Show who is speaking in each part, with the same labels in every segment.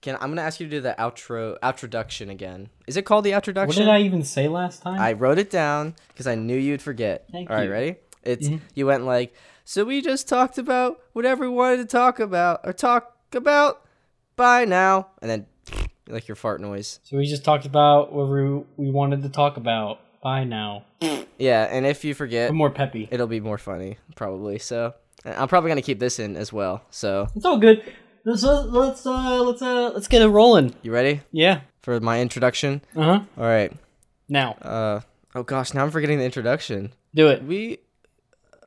Speaker 1: Can I'm gonna ask you to do the outro outroduction again. Is it called the outroduction?
Speaker 2: What did I even say last time?
Speaker 1: I wrote it down because I knew you'd forget.
Speaker 2: Thank
Speaker 1: All right,
Speaker 2: you.
Speaker 1: ready? It's
Speaker 2: Mhm.
Speaker 1: you went like so. We just talked about whatever we wanted to talk about or talk about. Bye now, and then like your fart noise.
Speaker 2: so we just talked about what we, we wanted to talk about. Bye now.
Speaker 1: Yeah, and if you forget,
Speaker 2: I'm more peppy.
Speaker 1: it'll be more funny probably. So and I'm probably gonna keep this in as well. So
Speaker 2: It's all good. Let's let's uh, let's uh, let's get it rolling.
Speaker 1: you ready
Speaker 2: Yeah.
Speaker 1: for my introduction?
Speaker 2: Uh huh.
Speaker 1: All right.
Speaker 2: Now
Speaker 1: Uh oh gosh, now I'm forgetting the introduction.
Speaker 2: do it.
Speaker 1: We,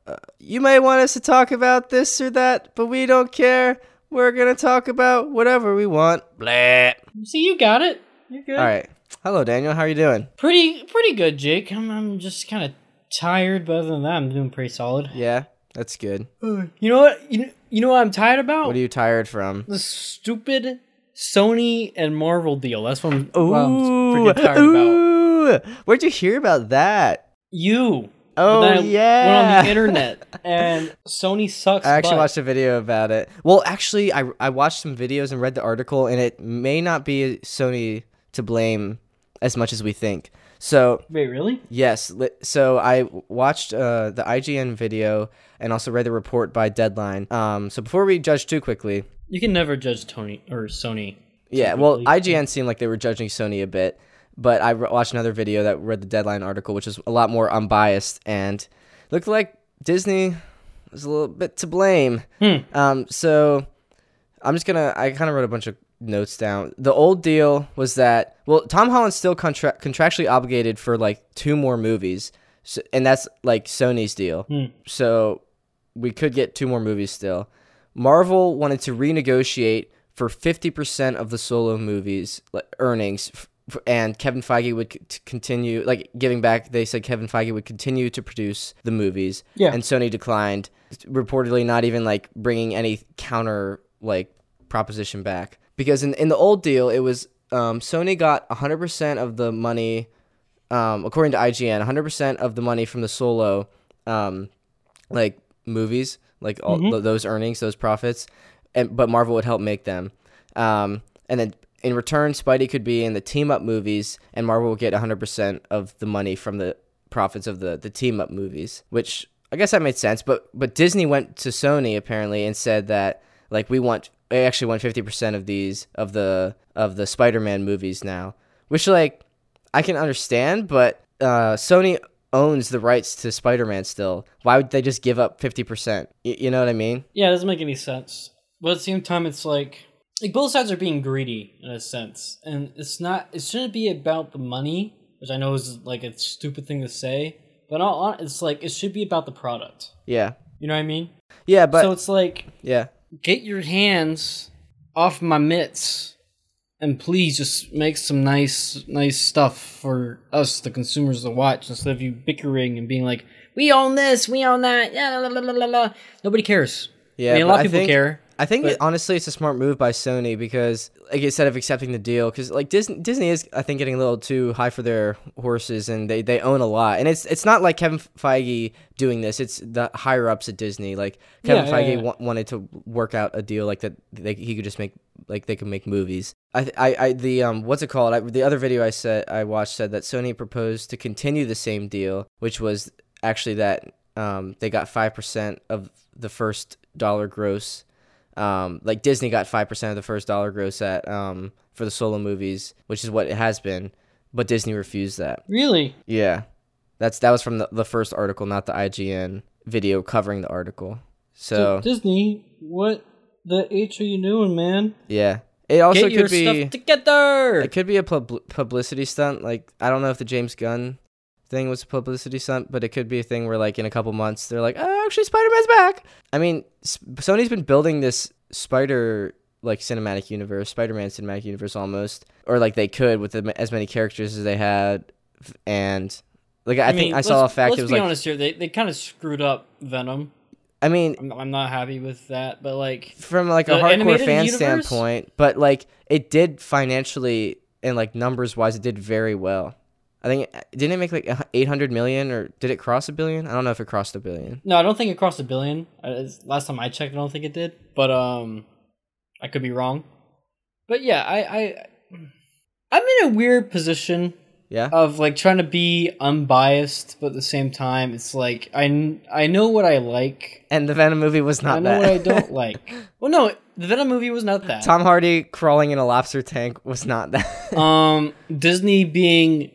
Speaker 1: uh, you may want us to talk about this or that, but we don't care. We're gonna talk about whatever we want. Blah.
Speaker 2: See, you got it. You're good.
Speaker 1: All right. Hello, Daniel. How are you doing?
Speaker 2: Pretty pretty good, Jake. I'm I'm just kind of tired, but other than that, I'm doing pretty solid. Uh,
Speaker 1: Yeah, that's good.
Speaker 2: You know what? You you know what I'm tired about?
Speaker 1: What are you tired from?
Speaker 2: the stupid Sony and Marvel deal. That's what I'm,
Speaker 1: Ooh,
Speaker 2: what I'm freaking tired about.
Speaker 1: ooh. Where'd you hear about that?
Speaker 2: You.
Speaker 1: Oh
Speaker 2: Then I
Speaker 1: yeah.
Speaker 2: Went on the internet, and Sony sucks.
Speaker 1: I actually
Speaker 2: butt.
Speaker 1: watched a video about it. Well, actually, I, I watched some videos and read the article, and it may not be Sony to blame as much as we think. So
Speaker 2: Wait, really?
Speaker 1: Yes. li- So I w- watched uh, the IGN video and also read the report by Deadline. Um, so before we judge too quickly,
Speaker 2: You can never judge Tony or Sony.
Speaker 1: yeah, well,
Speaker 2: Typically.
Speaker 1: IGN seemed like they were judging Sony a bit, but I re- watched another video that read the Deadline article, which is a lot more unbiased and looked like Disney was a little bit to blame.
Speaker 2: Hmm.
Speaker 1: Um, so I'm just gonna. I kind of wrote a bunch of notes down. The old deal was that well, Tom Holland's still contra- contractually obligated for like two more movies, so, and that's like Sony's deal. So we could get two more movies still. Marvel wanted to renegotiate for 50% of the solo movies like, earnings f- f- and Kevin Feige would c- t- continue like giving back they said Kevin Feige would continue to produce the movies
Speaker 2: Yeah.
Speaker 1: and Sony declined reportedly not even like bringing any counter like proposition back because in in the old deal it was um, Sony got 100% of the money um, according to IGN 100% of the money from the solo um, like movies, like all th- those earnings, those profits, and but Marvel would help make them. Um, and then in return, Spidey could be in the team up movies, and Marvel would get 100% of the money from the profits of the, the team up movies, which I guess that made sense. But but Disney went to Sony apparently and said that like we want they actually want 50% of these of the of the Spider-Man movies now, which like I can understand, but uh, Sony owns the rights to Spider-Man still. Why would they just give up 50%? Y- you know what I mean?
Speaker 2: Yeah, it doesn't make any sense. But at the same time, it's like, like both sides are being greedy in a sense, and it's not. It shouldn't be about the money, which I know is like a stupid thing to say, but in all hon- it's like it should be about the product.
Speaker 1: Yeah.
Speaker 2: You know what I mean?
Speaker 1: Yeah, but
Speaker 2: so it's like,
Speaker 1: yeah.
Speaker 2: get your hands off my mitts, and please just make some nice, nice stuff for us, the consumers, to watch instead of you bickering and being like, we own this, we own that, yeah, la la la la la. Nobody cares.
Speaker 1: Yeah,
Speaker 2: I mean, a
Speaker 1: but I
Speaker 2: lot of people
Speaker 1: think-
Speaker 2: care.
Speaker 1: I think
Speaker 2: But-
Speaker 1: it- honestly it's a smart move by Sony because like instead of accepting the deal cuz like Disney Disney is I think getting a little too high for their horses and they, they own a lot. And it's it's not like Kevin Feige doing this. It's the higher ups at Disney. Like Kevin
Speaker 2: Yeah, yeah,
Speaker 1: Feige
Speaker 2: yeah.
Speaker 1: wa- wanted to work out a deal like that they, he could just make like they could make movies. I th- I, I the um what's it called? I, the other video I said I watched said that Sony proposed to continue the same deal, which was actually that um they got 5% of the first dollar gross um, like Disney got five percent of the first dollar gross at um, for the solo movies, which is what it has been, but Disney refused that.
Speaker 2: Really?
Speaker 1: Yeah, that's that was from the, the first article, not the IGN video covering the article. So
Speaker 2: Disney, what the H are you doing, man?
Speaker 1: yeah, it also
Speaker 2: Get your
Speaker 1: could be
Speaker 2: stuff together.
Speaker 1: it could be a pub- publicity stunt. Like I don't know if the James Gunn thing was a publicity stunt, but it could be a thing where like in a couple months they're like, oh, actually Spider Man's back. I mean, S- Sony's been building this Spider like cinematic universe, Spider Man cinematic universe almost, or like they could with the- as many characters as they had, f- and like I, think
Speaker 2: mean,
Speaker 1: I saw a
Speaker 2: let's-
Speaker 1: fact.
Speaker 2: Let's
Speaker 1: It was
Speaker 2: be
Speaker 1: like
Speaker 2: honest here. They they kind of screwed up Venom.
Speaker 1: I mean,
Speaker 2: I'm, I'm not happy with that, but like,
Speaker 1: from like a
Speaker 2: The
Speaker 1: hardcore
Speaker 2: animated
Speaker 1: fan
Speaker 2: universe?
Speaker 1: standpoint, but like it did financially and like numbers wise, it did very well. I think didn't it make like eight hundred million or did it cross a billion? I don't know if it crossed a billion.
Speaker 2: no, I don't think it crossed a Uh, billion. I, it's- last time I checked, I don't think it did. But um, I could be wrong. But yeah, I, I I'm in a weird position
Speaker 1: Yeah.
Speaker 2: of like trying to be unbiased, but at the same time, it's like I kn- I know what I like.
Speaker 1: and the Venom movie was
Speaker 2: and I
Speaker 1: not that.
Speaker 2: know what I don't like. Well, no, the Venom movie was not that.
Speaker 1: Tom Hardy crawling in a lobster tank was not that.
Speaker 2: um, Disney being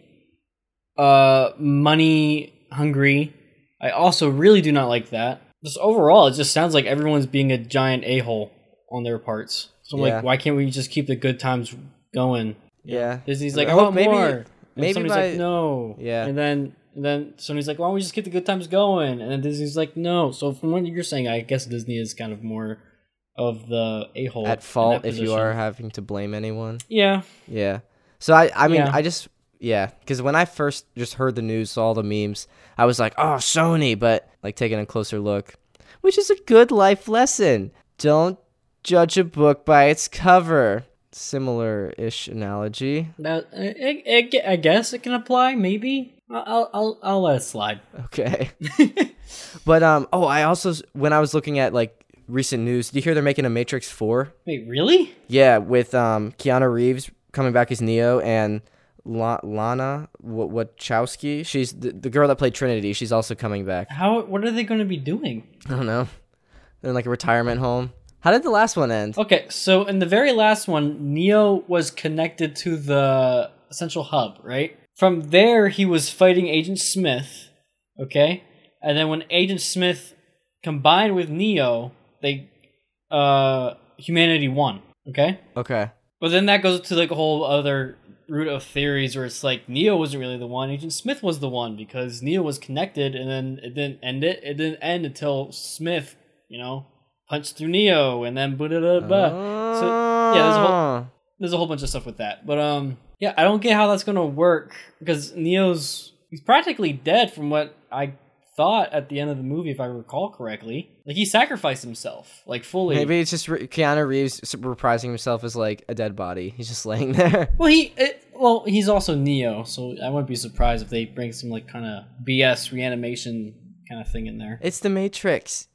Speaker 2: uh money hungry, I also really do not like that. Just overall, it just sounds like everyone's being a giant a hole on their parts. So I'm
Speaker 1: Yeah.
Speaker 2: like, why can't we just keep the good times going?
Speaker 1: yeah.
Speaker 2: Disney's like,
Speaker 1: I
Speaker 2: I
Speaker 1: hope
Speaker 2: want
Speaker 1: maybe-
Speaker 2: more. And
Speaker 1: maybe
Speaker 2: somebody's
Speaker 1: by-
Speaker 2: like, no.
Speaker 1: Yeah.
Speaker 2: And then and then somebody's like, why don't we just keep the good times going? And then Disney's like, no. So from what you're saying, I guess Disney is kind of more of the a hole
Speaker 1: At fault if you are having to blame anyone.
Speaker 2: Yeah.
Speaker 1: Yeah. So I I mean
Speaker 2: Yeah.
Speaker 1: I just yeah, cuz when I first just heard the news, saw all the memes, I was like, "Oh, Sony," but like taking a closer look, which is a good life lesson. Don't judge a book by its cover. Similar-ish analogy.
Speaker 2: That I, I, gue- I guess it can apply. Maybe I'll I'll I'll, I'll let it slide.
Speaker 1: Okay. but um oh, I also s- when I was looking at like recent news, do you hear they're making a Matrix 4?
Speaker 2: Wait, really?
Speaker 1: Yeah, with um Keanu Reeves coming back as Neo and La- Lana w- Wachowski. She's the, the girl that played Trinity. She's also coming back.
Speaker 2: How? What are they going to be doing?
Speaker 1: I don't know. In like a retirement home. How did the last one end?
Speaker 2: Okay, so in the very last one, Neo was connected to the central hub, right? From there, he was fighting Agent Smith, okay? And then when Agent Smith combined with Neo, they, uh, humanity won, okay?
Speaker 1: Okay.
Speaker 2: But then that goes to like a whole other root of theories where it's like Neo wasn't really the one, Agent Smith was the one because Neo was connected and then it didn't end it. It didn't end until Smith, you know, punched through Neo and then blah blah blah. blah.
Speaker 1: Uh-huh.
Speaker 2: So yeah, there's a whole
Speaker 1: Ah.
Speaker 2: there's a whole bunch of stuff with that. But um yeah, I don't get how that's gonna work because Neo's he's practically dead from what I thought at the end of the movie, if I recall correctly. Like he sacrificed himself, like fully.
Speaker 1: Maybe it's just re- Keanu Reeves s- reprising himself as like a dead body. He's just laying there.
Speaker 2: Well, he it, well he's also Neo, so I wouldn't be surprised if they bring some like kind of BS reanimation kind of thing in there.
Speaker 1: It's the Matrix.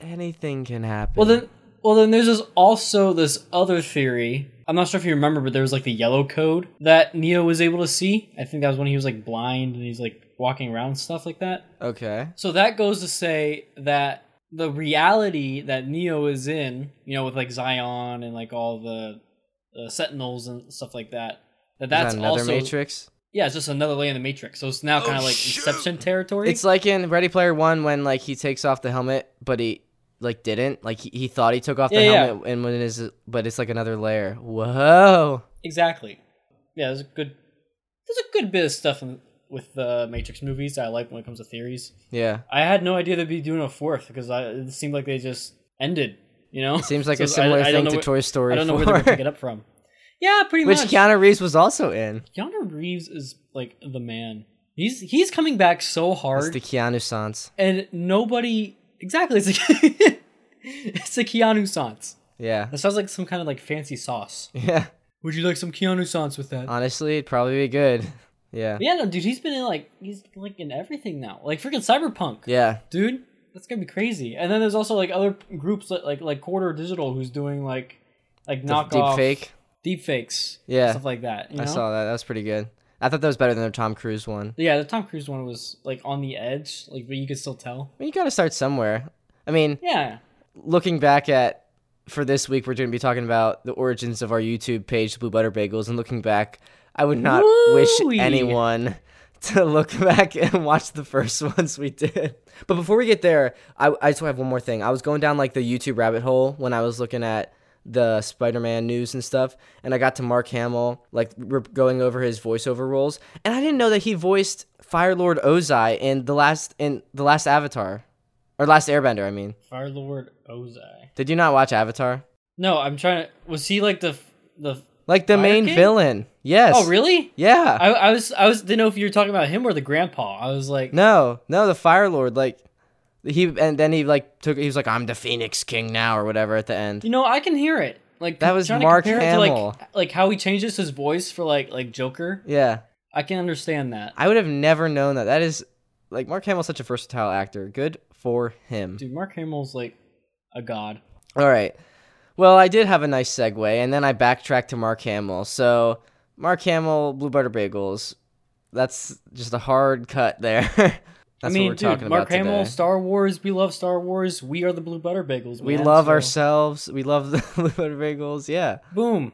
Speaker 1: Anything can happen.
Speaker 2: Well then, well then, there's this also this other theory. I'm not sure if you remember, but there was like the yellow code that Neo was able to see. I think that was when he was like blind and he's like walking around and stuff like that.
Speaker 1: okay.
Speaker 2: So that goes to say that the reality that Neo is in, you know, with like Zion and like all the, the Sentinels and stuff like that, that
Speaker 1: Is that
Speaker 2: that's
Speaker 1: another
Speaker 2: also
Speaker 1: Matrix.
Speaker 2: yeah, it's just another layer in the Matrix. So it's now kind of like Inception territory.
Speaker 1: It's like in Ready Player One when like he takes off the helmet, but he like didn't. Like he, he thought he took off the
Speaker 2: Yeah, yeah.
Speaker 1: helmet, and when it is, but it's like another layer. Whoa.
Speaker 2: exactly. Yeah, there's a good there's a good bit of stuff in, with the Matrix movies that I like when it comes to theories.
Speaker 1: Yeah.
Speaker 2: I had no idea they'd be doing a fourth because I, it seemed like they just ended. You know,
Speaker 1: Seems like
Speaker 2: So
Speaker 1: a similar
Speaker 2: I- I
Speaker 1: thing
Speaker 2: don't know
Speaker 1: to
Speaker 2: where-
Speaker 1: Toy Story
Speaker 2: I don't know
Speaker 1: 4,
Speaker 2: where they would pick it up from. Yeah, pretty
Speaker 1: which
Speaker 2: much.
Speaker 1: Keanu Reeves was also in.
Speaker 2: Keanu Reeves is like the man. He's he's coming back so
Speaker 1: It's
Speaker 2: hard,
Speaker 1: the Keanu Sans.
Speaker 2: and nobody exactly. It's like it's a Keanu Sans.
Speaker 1: Yeah.
Speaker 2: That sounds like some kind of like fancy sauce.
Speaker 1: Yeah.
Speaker 2: Would you like some Keanu Sans with that?
Speaker 1: Honestly, it'd probably be good. Yeah.
Speaker 2: But Uh, yeah, no, dude, he's been in like he's like in everything now, like freaking cyberpunk,
Speaker 1: Yeah.
Speaker 2: dude. That's gonna be crazy. And then there's also like other groups that, like like Quarter Digital who's doing like like
Speaker 1: The f-
Speaker 2: knockoff
Speaker 1: deep fake.
Speaker 2: deep fakes,
Speaker 1: Yeah.
Speaker 2: stuff like that. You know?
Speaker 1: I saw that. That was pretty good. I thought that was better than the Tom Cruise one.
Speaker 2: Yeah, the Tom Cruise one was like on the edge, like but you could still tell.
Speaker 1: I mean, you got to start somewhere. I mean,
Speaker 2: Yeah.
Speaker 1: looking back at for this week, we're going to be talking about the origins of our YouTube page, Blue Butter Bagels, and looking back, I would not
Speaker 2: Woo-wee.
Speaker 1: wish anyone to look back and watch the first ones we did. But before we get there, I, I just have one more thing. I was going down like the YouTube rabbit hole when I was looking at the Spider-Man news and stuff, and I got to Mark Hamill, like we're going over his voiceover roles, and I didn't know that he voiced Fire Lord Ozai in the last in the last Avatar, or last Airbender, I mean.
Speaker 2: Fire Lord Ozai.
Speaker 1: Did you not watch Avatar?
Speaker 2: No, I'm trying to. Was he like the f- the? f-
Speaker 1: Like the
Speaker 2: Fire
Speaker 1: main
Speaker 2: King?
Speaker 1: villain. Yes.
Speaker 2: Oh, really?
Speaker 1: Yeah.
Speaker 2: I, I was I was didn't know if you were talking about him or the grandpa. I was like,
Speaker 1: no, no, the Fire Lord. Like he, and then he like took. He was like, "I'm the Phoenix King now," or whatever at the end.
Speaker 2: you know, I can hear it. Like
Speaker 1: That was
Speaker 2: trying to
Speaker 1: Mark
Speaker 2: compare it
Speaker 1: Hamill.
Speaker 2: To like, like how he changes his voice for like like Joker.
Speaker 1: Yeah,
Speaker 2: I can understand that,
Speaker 1: I would have never known that. That is like Mark Hamill's such a versatile actor. Good for him.
Speaker 2: dude. Mark Hamill's like a god.
Speaker 1: All right. Well, I did have a nice segue, and then I backtracked to Mark Hamill. So Mark Hamill, Blue Butter Bagels. That's just a hard cut there. That's
Speaker 2: I mean,
Speaker 1: what we're
Speaker 2: dude,
Speaker 1: talking
Speaker 2: Mark
Speaker 1: about
Speaker 2: Hamill,
Speaker 1: today.
Speaker 2: Star Wars. We love Star Wars. We are the Blue Butter Bagels.
Speaker 1: we
Speaker 2: man,
Speaker 1: love
Speaker 2: so
Speaker 1: ourselves. We love the Blue Butter Bagels. Yeah.
Speaker 2: Boom.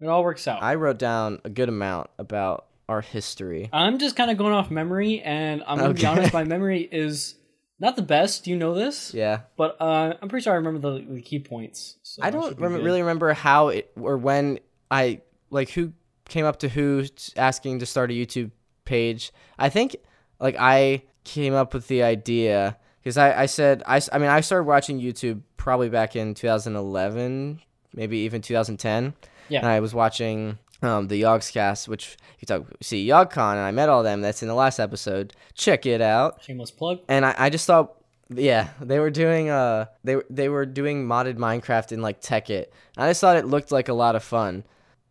Speaker 2: It all works out.
Speaker 1: I wrote down a good amount about our history.
Speaker 2: I'm just kind of going off memory, and I'm gonna be
Speaker 1: Okay.
Speaker 2: honest. My memory is not the best. You know this,
Speaker 1: Yeah.
Speaker 2: but uh, I'm pretty sure I remember the, the key points. So
Speaker 1: I
Speaker 2: it
Speaker 1: don't
Speaker 2: should be
Speaker 1: rem-
Speaker 2: good.
Speaker 1: really remember how it or when I like who came up to who s- asking to start a YouTube page. I think like I came up with the idea because I, I said I, s- I mean I started watching YouTube probably back in 2011, maybe even 2010.
Speaker 2: Yeah.
Speaker 1: And I was watching um, the Yogscast, which you talk see YogCon, and I met all them. That's in the last episode. Check it out
Speaker 2: shameless plug.
Speaker 1: and I, I just thought yeah they were doing uh they they were doing modded minecraft in like tech it and i just thought it looked like a lot of fun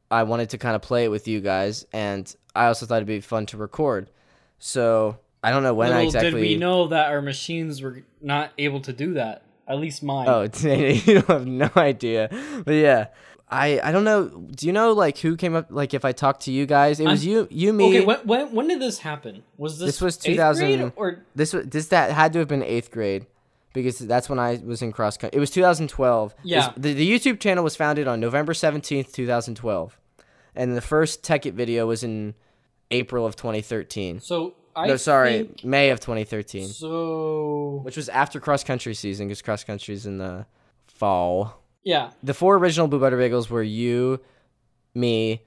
Speaker 1: i wanted to kind of play it with you guys and i also thought it'd be fun to record so i don't know when i
Speaker 2: Little
Speaker 1: exactly
Speaker 2: did we know that our machines were not able to do that. At least mine.
Speaker 1: oh you don't have no idea but yeah i i don't know do you know like who came up like if i talked to you guys it was you you me
Speaker 2: okay. When, when when did this happen? Was this
Speaker 1: This was
Speaker 2: eighth grade
Speaker 1: 2000
Speaker 2: or
Speaker 1: This was this that had to have been eighth grade because that's when I was in cross country. It was 2012. This-
Speaker 2: Yeah.
Speaker 1: the, the YouTube channel was founded on November 17th, 2012, and the first Tech It video was in April of 2013.
Speaker 2: so? I
Speaker 1: no, sorry,
Speaker 2: think-
Speaker 1: May of 2013,
Speaker 2: so
Speaker 1: which was after cross country season because cross country's in the fall.
Speaker 2: yeah,
Speaker 1: The four original Blue Butter Bagels were you, me,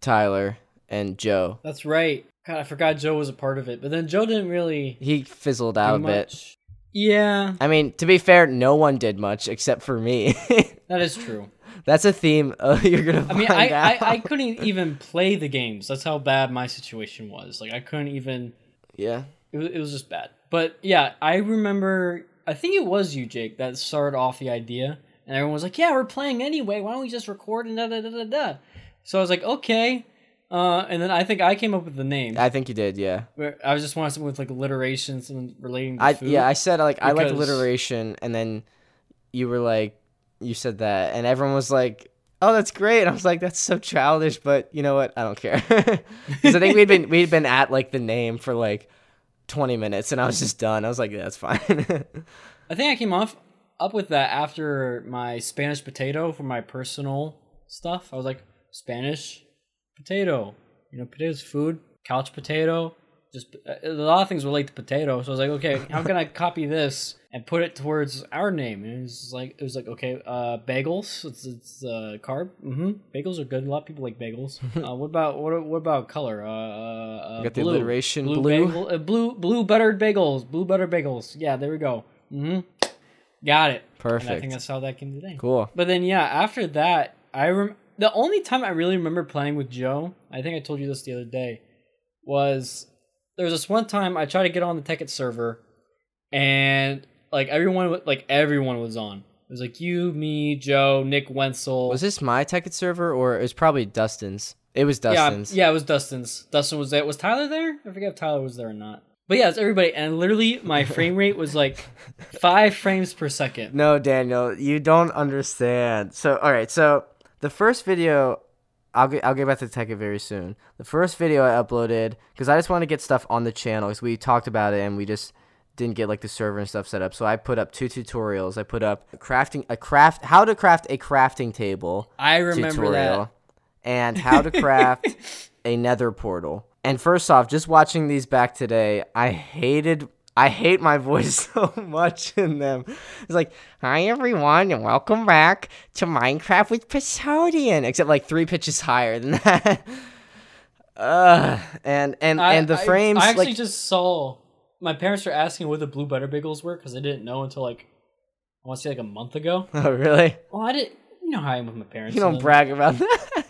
Speaker 1: Tyler, and Joe.
Speaker 2: that's right. God, I forgot Joe was a part of it, but then Joe didn't really
Speaker 1: He fizzled
Speaker 2: do
Speaker 1: out a bit.
Speaker 2: much. Yeah,
Speaker 1: I mean, to be fair, no one did much except for me.
Speaker 2: that is true.
Speaker 1: That's a theme. Uh, you're gonna
Speaker 2: I
Speaker 1: find
Speaker 2: mean, I, I,
Speaker 1: out.
Speaker 2: I couldn't even play the games. That's how bad my situation was. Like, I couldn't even.
Speaker 1: yeah,
Speaker 2: It was, it was just bad. But yeah, I remember. I think it was you, Jake, that started off the idea, and everyone was like, "Yeah, we're playing anyway. Why don't we just record and da da da da da?" So I was like, "Okay," uh, and then I think I came up with the name.
Speaker 1: I think you did. Yeah,
Speaker 2: Where I was just wanting something with like alliterations and relating to
Speaker 1: I
Speaker 2: food.
Speaker 1: yeah I said like I like
Speaker 2: Because-
Speaker 1: alliteration, and then you were like you said that, and everyone was like, "Oh, that's great." I was like, "That's so childish," but you know what? I don't care. 'Cause I think we'd been we'd been at like the name for like 20 minutes, and I was just done. I was like, yeah, "That's fine."
Speaker 2: I think I came off up with that after my Spanish potato for my personal stuff. I was like, Spanish potato. You know, potatoes food, couch potato. Just uh, a lot of things relate to potato. So I was like, okay, how can I copy this and put it towards our name? And it was just like, it was like, okay, uh, bagels. It's it's uh, carb. Mm-hmm. Bagels are good. A lot of people like bagels. Uh, what about what what about color? Uh, uh, uh
Speaker 1: got the
Speaker 2: blue.
Speaker 1: alliteration,
Speaker 2: blue,
Speaker 1: blue.
Speaker 2: bagel- uh, blue blue buttered bagels, blue buttered bagels. Yeah, there we go. Mm-hmm. Got it. And I
Speaker 1: Perfect.
Speaker 2: think that's how that came today.
Speaker 1: cool.
Speaker 2: But then yeah, after that, I rem- the only time I really remember playing with Joe, I think I told you this the other day, was there was this one time I tried to get on the Tekkit server, and like everyone, wa- like everyone was on. It was like you, me, Joe, Nick Wenzel.
Speaker 1: Was this my Tekkit server or it was probably Dustin's? It was
Speaker 2: yeah,
Speaker 1: Dustin's.
Speaker 2: yeah, it was Dustin's. Dustin was there. Was Tyler there? I forget if Tyler was there or not. But yeah, it was everybody, and literally my frame rate was like five frames per second.
Speaker 1: No, Daniel, you don't understand. So, all right, so the first video, I'll get, I'll get back to tech it very soon. The first video I uploaded because I just wanted to get stuff on the channel because we talked about it and we just didn't get like the server and stuff set up. So I put up two tutorials. I put up crafting a craft, how to craft a crafting table
Speaker 2: I remember
Speaker 1: tutorial,
Speaker 2: that.
Speaker 1: and how to craft a nether portal. And first off, just watching these back today, I hated I hate my voice so much in them. It's like, hi everyone, and welcome back to Minecraft with Pisodian. Except like three pitches higher than that. Ugh. and and
Speaker 2: I-
Speaker 1: and the
Speaker 2: I-
Speaker 1: frames
Speaker 2: I, actually
Speaker 1: like
Speaker 2: just saw my parents were asking where the blue butter bagels were because I didn't know until like I want to say like a month ago.
Speaker 1: Oh really?
Speaker 2: Well, I didn't. You know how I am with my parents.
Speaker 1: You don't
Speaker 2: and-
Speaker 1: brag about that.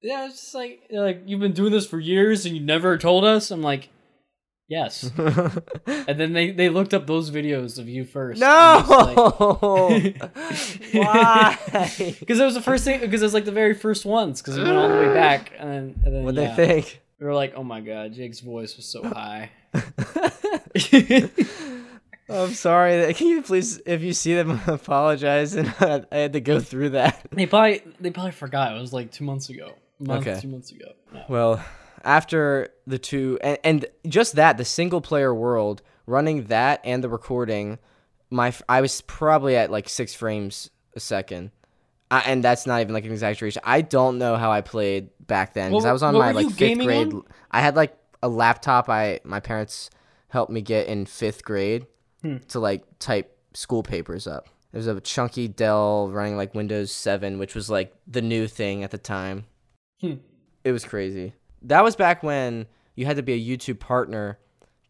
Speaker 2: Yeah, it's just like they're like you've been doing this for years and you never told us. I'm like, yes. and then they they looked up those videos of you first.
Speaker 1: no. Why?
Speaker 2: Because it was the first thing. Because it was like the very first ones. Because it went all the way back. And then, and then
Speaker 1: What
Speaker 2: yeah,
Speaker 1: they think?
Speaker 2: we were like, oh my god, Jake's voice was so high.
Speaker 1: I'm sorry. Can you please, if you see them, apologize? And I had to go through that.
Speaker 2: They probably they probably forgot. It was like two months ago. A month,
Speaker 1: Okay.
Speaker 2: two months ago. Yeah.
Speaker 1: Well, after the two, and, and just that, the single player world, running that and the recording, my f- I was probably at like six frames a second. I, and that's not even like an exaggeration. I don't know how I played back then because
Speaker 2: What-
Speaker 1: I was on
Speaker 2: what
Speaker 1: my
Speaker 2: were
Speaker 1: like
Speaker 2: you
Speaker 1: fifth
Speaker 2: gaming
Speaker 1: grade.
Speaker 2: on?
Speaker 1: I had like a laptop. I my parents helped me get in fifth grade
Speaker 2: Hmm.
Speaker 1: to like type school papers up. It was a chunky Dell running like Windows Seven, which was like the new thing at the time.
Speaker 2: Hmm.
Speaker 1: It was crazy. That was back when you had to be a YouTube partner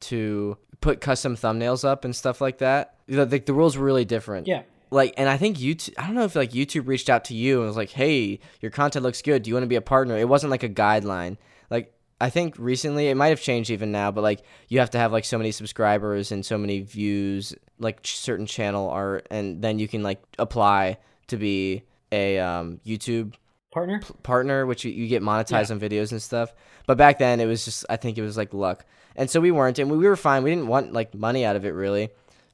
Speaker 1: to put custom thumbnails up and stuff like that. The, the, the rules were really different.
Speaker 2: Yeah.
Speaker 1: Like, and I think YouTube, I don't know if like YouTube reached out to you and was like, hey, your content looks good. Do you want to be a partner? It wasn't like a guideline. Like, I think recently it might have changed even now, but like you have to have like so many subscribers and so many views, like ch- certain channel art, and then you can like apply to be a um, YouTube
Speaker 2: Partner?
Speaker 1: partner, which you, you get monetized on videos and stuff. But back then, it was just I think it was like luck, and so we weren't, and we, we were fine. We didn't want like money out of it really.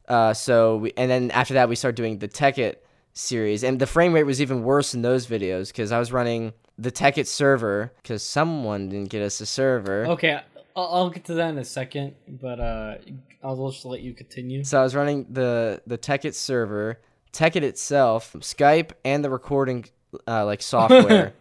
Speaker 1: Uh, so we, and then after that, we started doing the Tech It series, and the frame rate was even worse in those videos because I was running the Tech It server because someone didn't get us a server.
Speaker 2: Okay, I'll, I'll get to that in a second, but uh, I'll just let you continue.
Speaker 1: So I was running the the Tekkit server, Tekkit itself, Skype, and the recording uh, like software.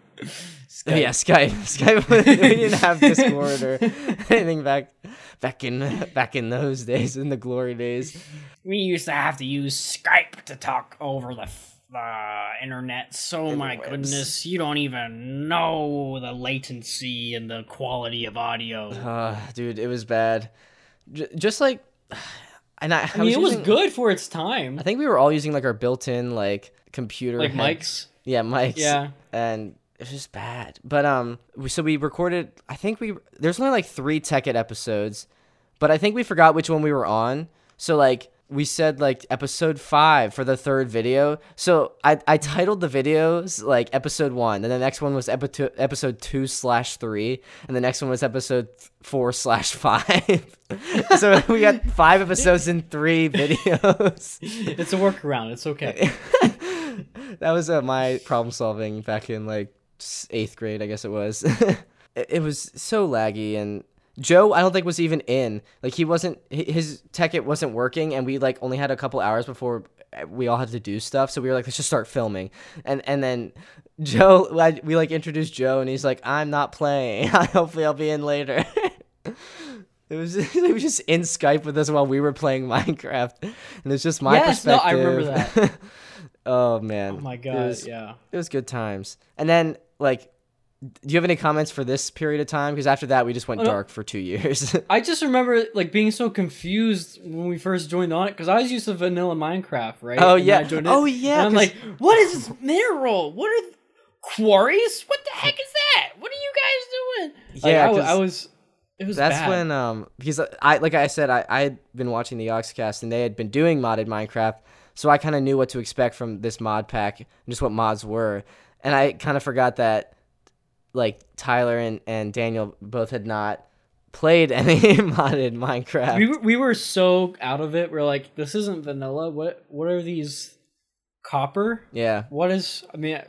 Speaker 2: Skype.
Speaker 1: Yeah, Skype. Skype. we didn't have Discord or anything back back in back in those days, in the glory days.
Speaker 2: We used to have to use Skype to talk over the, f- the internet. So my
Speaker 1: webs.
Speaker 2: goodness, you don't even know the latency and the quality of audio.
Speaker 1: Uh, dude, it was bad. J- just like, and I, I
Speaker 2: I mean, it was
Speaker 1: using-
Speaker 2: good for its time.
Speaker 1: I think we were all using like our built-in like computer
Speaker 2: Like
Speaker 1: head-
Speaker 2: Mike's.
Speaker 1: Yeah, mics.
Speaker 2: Yeah.
Speaker 1: and it's just bad. But um, we, so we recorded. I think we there's only like three Tech It episodes, but I think we forgot which one we were on. So like we said like episode five for the third video. So I I titled the videos like episode one, and the next one was episode episode two slash three, and the next one was episode four slash five. so we got five episodes in three videos.
Speaker 2: It's a workaround. It's okay.
Speaker 1: that was uh, my problem solving back in like s- eighth grade, I guess it was. it, it was so laggy, and Joe, I don't think was even in. Like he wasn't, hi- his tech it wasn't working, and we like only had a couple hours before eh, we all had to do stuff. So we were like, let's just start filming, and and then Joe, I, we like introduced Joe, and he's like, I'm not playing. Hopefully, I'll be in later. It was, he was just in Skype with us while we were playing Minecraft, and it's just my
Speaker 2: Yes, no,
Speaker 1: perspective.
Speaker 2: I remember
Speaker 1: that. oh man!
Speaker 2: Oh my
Speaker 1: it
Speaker 2: god.
Speaker 1: was,
Speaker 2: yeah.
Speaker 1: it was good times. And then, like, do you have any comments for this period of time? Because after that, we just went
Speaker 2: Oh, no.
Speaker 1: dark for two years.
Speaker 2: I just remember like being so confused when we first joined on it because I was used to vanilla Minecraft, right?
Speaker 1: Oh,
Speaker 2: And
Speaker 1: yeah.
Speaker 2: I joined
Speaker 1: Oh, yeah,
Speaker 2: And I'm
Speaker 1: 'cause-
Speaker 2: like, what is this mineral? What are th- quarries? What the heck is that? What are you guys doing? Like,
Speaker 1: Yeah,
Speaker 2: I, wa-
Speaker 1: 'cause
Speaker 2: I was. It was.
Speaker 1: That's
Speaker 2: bad.
Speaker 1: when, um, because I, like I said, I, I had been watching the Oxcast and they had been doing modded Minecraft, so I kind of knew what to expect from this mod pack and just what mods were. And I kind of forgot that, like, Tyler and, and Daniel both had not played any modded Minecraft.
Speaker 2: we were, we were so out of it. We are like, this isn't vanilla. What what are these? Copper?
Speaker 1: yeah.
Speaker 2: What is? I mean,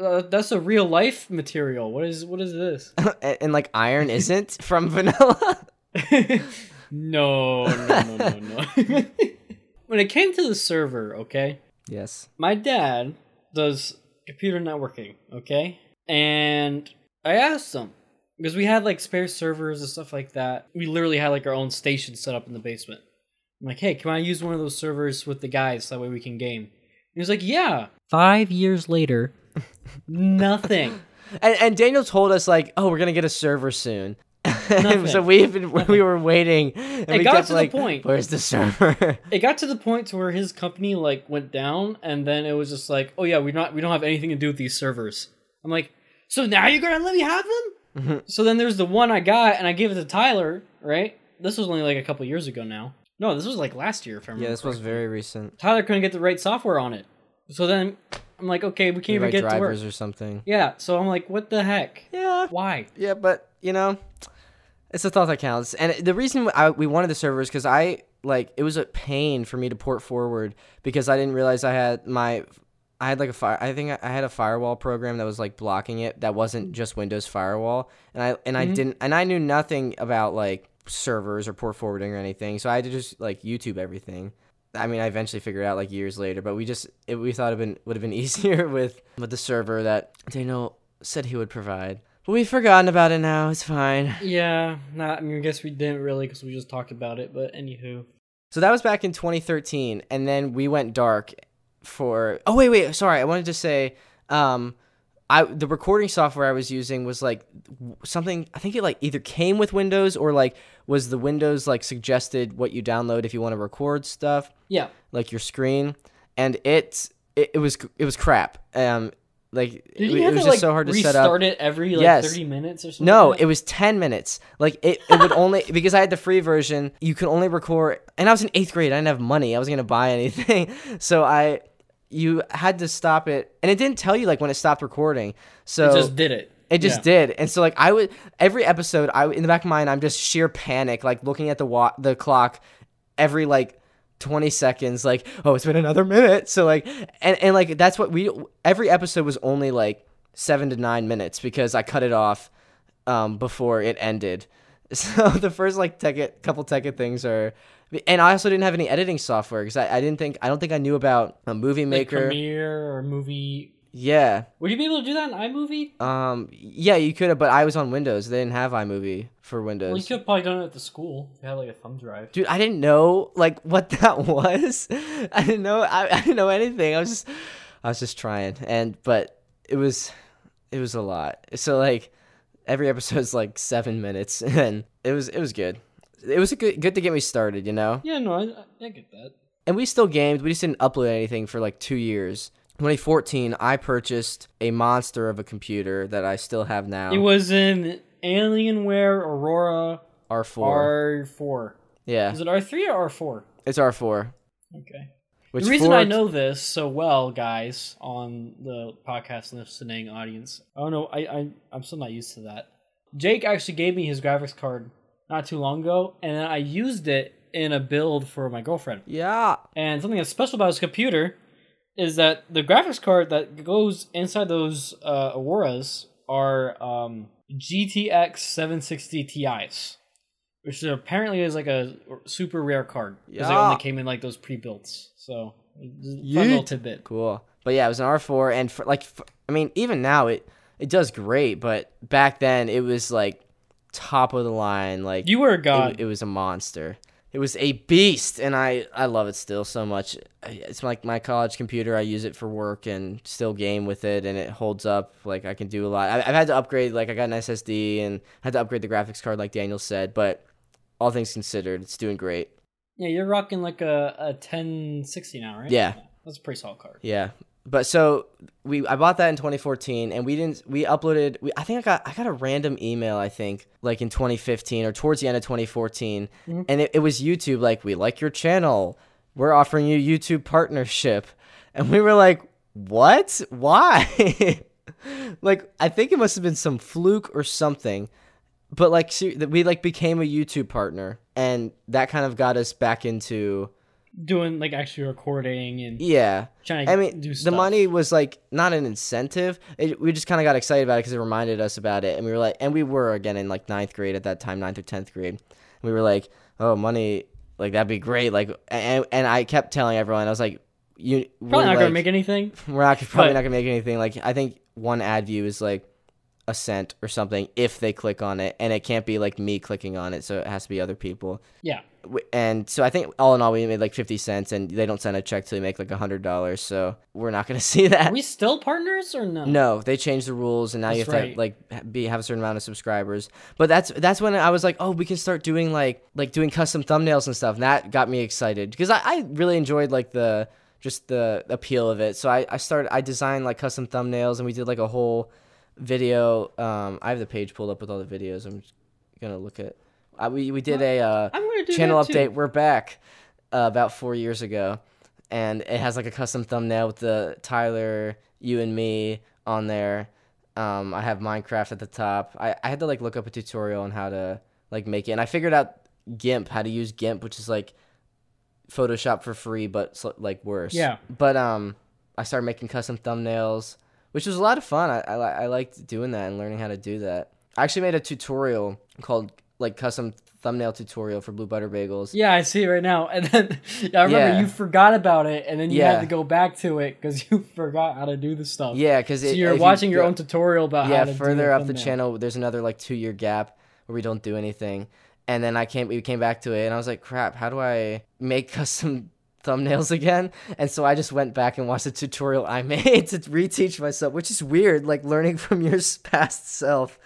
Speaker 2: uh, that's a real life material. What is what is this?
Speaker 1: and, and, like, iron isn't from vanilla.
Speaker 2: no, no, no, no, no. when it came to the server, okay,
Speaker 1: yes.
Speaker 2: my dad does computer networking, okay? And I asked him because we had like spare servers and stuff like that. We literally had like our own station set up in the basement. I'm like, hey, can I use one of those servers with the guys? That way we can game. And he was like, yeah. Five years later, nothing.
Speaker 1: And, and Daniel told us like, oh, we're gonna get a server soon. so
Speaker 2: Nothing.
Speaker 1: we've been we were waiting. And
Speaker 2: It
Speaker 1: we
Speaker 2: got
Speaker 1: kept
Speaker 2: to the
Speaker 1: like,
Speaker 2: point.
Speaker 1: Where's the server?
Speaker 2: it got to the point to where his company like went down and then it was just like oh yeah we're not we don't have anything to do with these servers i'm like so now you're gonna let me have them
Speaker 1: Mm-hmm.
Speaker 2: so then there's the one i got and i gave it to tyler right this was only like a couple years ago now no this was like last year if i remember
Speaker 1: yeah, this was
Speaker 2: correctly.
Speaker 1: very recent.
Speaker 2: tyler couldn't get the right software on it so then i'm like okay we can't even
Speaker 1: Like
Speaker 2: get to
Speaker 1: drivers
Speaker 2: work
Speaker 1: or something.
Speaker 2: yeah so i'm like what the heck
Speaker 1: Yeah,
Speaker 2: why
Speaker 1: yeah, but you know, it's a thought that counts. And the reason I, we wanted the server is because I like it was a pain for me to port forward because I didn't realize I had my I had like a fire I think I- I had a firewall program that was like blocking it that wasn't just Windows firewall and I and I didn't and I knew nothing about like servers or port forwarding or anything so I had to just like YouTube everything. I mean, I eventually figured it out like years later, but we just it, we thought it been would have been easier with with the server that Daniel said he would provide. But we've forgotten about it now. It's fine.
Speaker 2: Yeah, nah, I mean, I guess we didn't really because we just talked about it. But anywho,
Speaker 1: So that was back in 2013, and then we went dark for. Oh wait, wait, sorry. I wanted to say, um, I the recording software I was using was like w- something. I think it like either came with Windows or like was the Windows like suggested what you download if you want to record stuff
Speaker 2: yeah,
Speaker 1: like your screen, and it it, it was it was crap. Um, like it,
Speaker 2: did
Speaker 1: it
Speaker 2: you have
Speaker 1: was just
Speaker 2: to like
Speaker 1: so hard to
Speaker 2: restart
Speaker 1: set up.
Speaker 2: it every like
Speaker 1: Yes.
Speaker 2: thirty minutes or something?
Speaker 1: No,
Speaker 2: like
Speaker 1: it was 10 minutes. Like, it, it would only, because I had the free version, you could only record, and I was in eighth grade. I didn't have money. I wasn't going to buy anything. So I, you had to stop it. And it didn't tell you, like, when it stopped recording. So
Speaker 2: that? it just did it.
Speaker 1: it just
Speaker 2: Yeah.
Speaker 1: did, and so like I would every episode. I in the back of my mind, I'm just sheer panic, like looking at the wa- the clock every like 20 seconds, like oh it's been another minute. So like and and like that's what we every episode was only like seven to nine minutes because I cut it off um, before it ended. So the first like tech couple tech things are, and I also didn't have any editing software because I, I didn't think I don't think I knew about a movie
Speaker 2: Like,
Speaker 1: maker.
Speaker 2: Premiere or movie.
Speaker 1: yeah,
Speaker 2: Would you be able to do that in iMovie?
Speaker 1: um, yeah, you could have, but I was on Windows. They didn't have iMovie for Windows.
Speaker 2: Well, you could have probably done it at the school. If you had like a thumb drive.
Speaker 1: Dude, I didn't know like what that was. I didn't know. I, I didn't know anything. I was just, I was just trying, and but it was, it was a lot. So like, every episode's like seven minutes, and it was it was good. It was a good good to get me started, you know.
Speaker 2: Yeah, no, I, I get that.
Speaker 1: And we still gamed. We just didn't upload anything for like two years. 2014, I purchased a monster of a computer that I still have now.
Speaker 2: It was in Alienware Aurora
Speaker 1: R4.
Speaker 2: R4.
Speaker 1: yeah,
Speaker 2: Is it R3 or R4?
Speaker 1: it's R4.
Speaker 2: Okay.
Speaker 1: Which
Speaker 2: the reason
Speaker 1: four-
Speaker 2: I know this so well, guys, on the podcast listening audience, I don't know, I, I I'm still not used to that. Jake actually gave me his graphics card not too long ago, and then I used it in a build for my girlfriend.
Speaker 1: Yeah.
Speaker 2: And something that's special about his computer is that the graphics card that goes inside those uh, Auroras are um, GTX 760 Ti's, which apparently is like a super rare card because they
Speaker 1: Yeah.
Speaker 2: only came in like those pre-builts. So just a fun little
Speaker 1: Yeet.
Speaker 2: tidbit.
Speaker 1: Cool. But yeah, it was an R4 and for, like f I I mean even now it it does great, but back then it was like top of the line like
Speaker 2: You were a god.
Speaker 1: it, it was a monster. It was a beast and I I love it still so much. I- It's like my college computer. I use it for work and still game with it and it holds up. Like I can do a lot. I, I've had to upgrade like I got an SSD and had to upgrade the graphics card like Daniel said, but all things considered, it's doing great.
Speaker 2: yeah, you're rocking like a, a 1060 now, right?
Speaker 1: Yeah.
Speaker 2: That's a pretty solid card.
Speaker 1: Yeah. But so we I bought that in 2014 and we didn't we uploaded we, I think I got I got a random email I think like in 2015 or towards the end of 2014 and it, it was YouTube like we like your channel we're offering you YouTube partnership and we were like what why like I think it must have been some fluke or something but like ser- that we like became a YouTube partner and that kind of got us back into
Speaker 2: Doing like actually recording and
Speaker 1: yeah
Speaker 2: trying to
Speaker 1: I mean,
Speaker 2: do
Speaker 1: the
Speaker 2: stuff.
Speaker 1: money was like not an incentive. It, we just kind of got excited about it because it reminded us about it, and we were like, and we were again in like ninth grade at that time, ninth or tenth grade. And we were like, oh, money, like that'd be great. Like, and and I kept telling everyone, I was like, you
Speaker 2: Probably not
Speaker 1: we're,
Speaker 2: gonna
Speaker 1: like-
Speaker 2: make anything.
Speaker 1: we're not probably
Speaker 2: But-
Speaker 1: not gonna make anything. Like I think one ad view is like a cent or something if they click on it, and it can't be like me clicking on it, so it has to be other people.
Speaker 2: Yeah.
Speaker 1: W- And so I think all in all we made like fifty cents, and they don't send a check till you make like a hundred dollars. So we're not gonna see that.
Speaker 2: Are we still partners or no?
Speaker 1: No, they changed the rules, and now you
Speaker 2: That's
Speaker 1: have
Speaker 2: right.
Speaker 1: to like ha- be have a certain amount of subscribers. But that's that's when I was like, oh, we can start doing like like doing custom thumbnails and stuff. And that got me excited because I, I really enjoyed like the just the appeal of it. So I I started I designed like custom thumbnails, and we did like a whole video. Um, I have the page pulled up with all the videos. I'm just gonna look at. I, we we did a uh,
Speaker 2: I'm gonna do
Speaker 1: channel
Speaker 2: that too.
Speaker 1: update. We're back uh, about four years ago, and it has like a custom thumbnail with the Tyler, you and me on there. Um, I have Minecraft at the top. I, I had to like look up a tutorial on how to like make it, and I figured out GIMP, how to use GIMP, which is like Photoshop for free, but sl- like worse.
Speaker 2: Yeah.
Speaker 1: But um, I started making custom thumbnails, which was a lot of fun. I I, li- I liked doing that and learning how to do that. I actually made a tutorial called like custom thumbnail tutorial for Blue Butter Bagels.
Speaker 2: Yeah, I see it right now. And then yeah, I remember
Speaker 1: Yeah.
Speaker 2: you forgot about it, and then you
Speaker 1: Yeah.
Speaker 2: had to go back to it because you forgot how to do the stuff.
Speaker 1: Yeah, because
Speaker 2: so you're watching your own tutorial about how
Speaker 1: yeah
Speaker 2: to do
Speaker 1: further up the
Speaker 2: thumbnail.
Speaker 1: channel there's another like two year gap where we don't do anything and then i came we came back to it and i was like crap how do i make custom thumbnails again and so i just went back and watched the tutorial i made to reteach myself which is weird like learning from your s- past self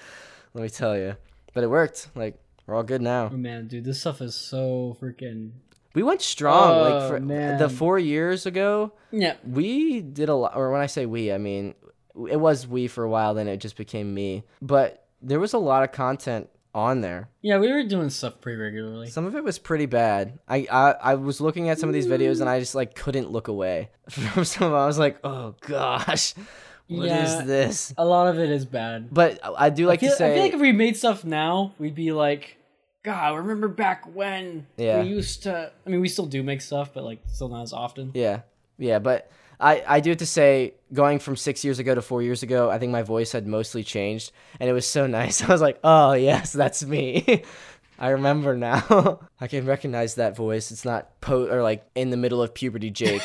Speaker 1: let me tell you but it worked like we're all good now
Speaker 2: Oh, man, dude, this stuff is so freaking.
Speaker 1: we went strong like
Speaker 2: Oh,
Speaker 1: for the
Speaker 2: man.
Speaker 1: four years ago
Speaker 2: Yeah,
Speaker 1: we did a lot or when i say we i mean it was we for a while then it just became me but there was a lot of content on there
Speaker 2: yeah, we were doing stuff pretty regularly.
Speaker 1: some of it was pretty bad i i, I was looking at some of these videos and i just like couldn't look away from some of them i was like oh gosh what is
Speaker 2: Yeah.
Speaker 1: this
Speaker 2: A lot of it is bad.
Speaker 1: but i do like
Speaker 2: I, feel,
Speaker 1: to say
Speaker 2: I feel like if we made stuff now, we'd be like, God, remember back when
Speaker 1: Yeah.
Speaker 2: we used to. I mean, we still do make stuff, but like still not as often.
Speaker 1: yeah yeah but I, I do have to say, going from six years ago to four years ago, I think my voice had mostly changed, and it was so nice. I was like, oh, yes, that's me. I remember now. I can recognize that voice. It's not po or like in the middle of puberty Jake.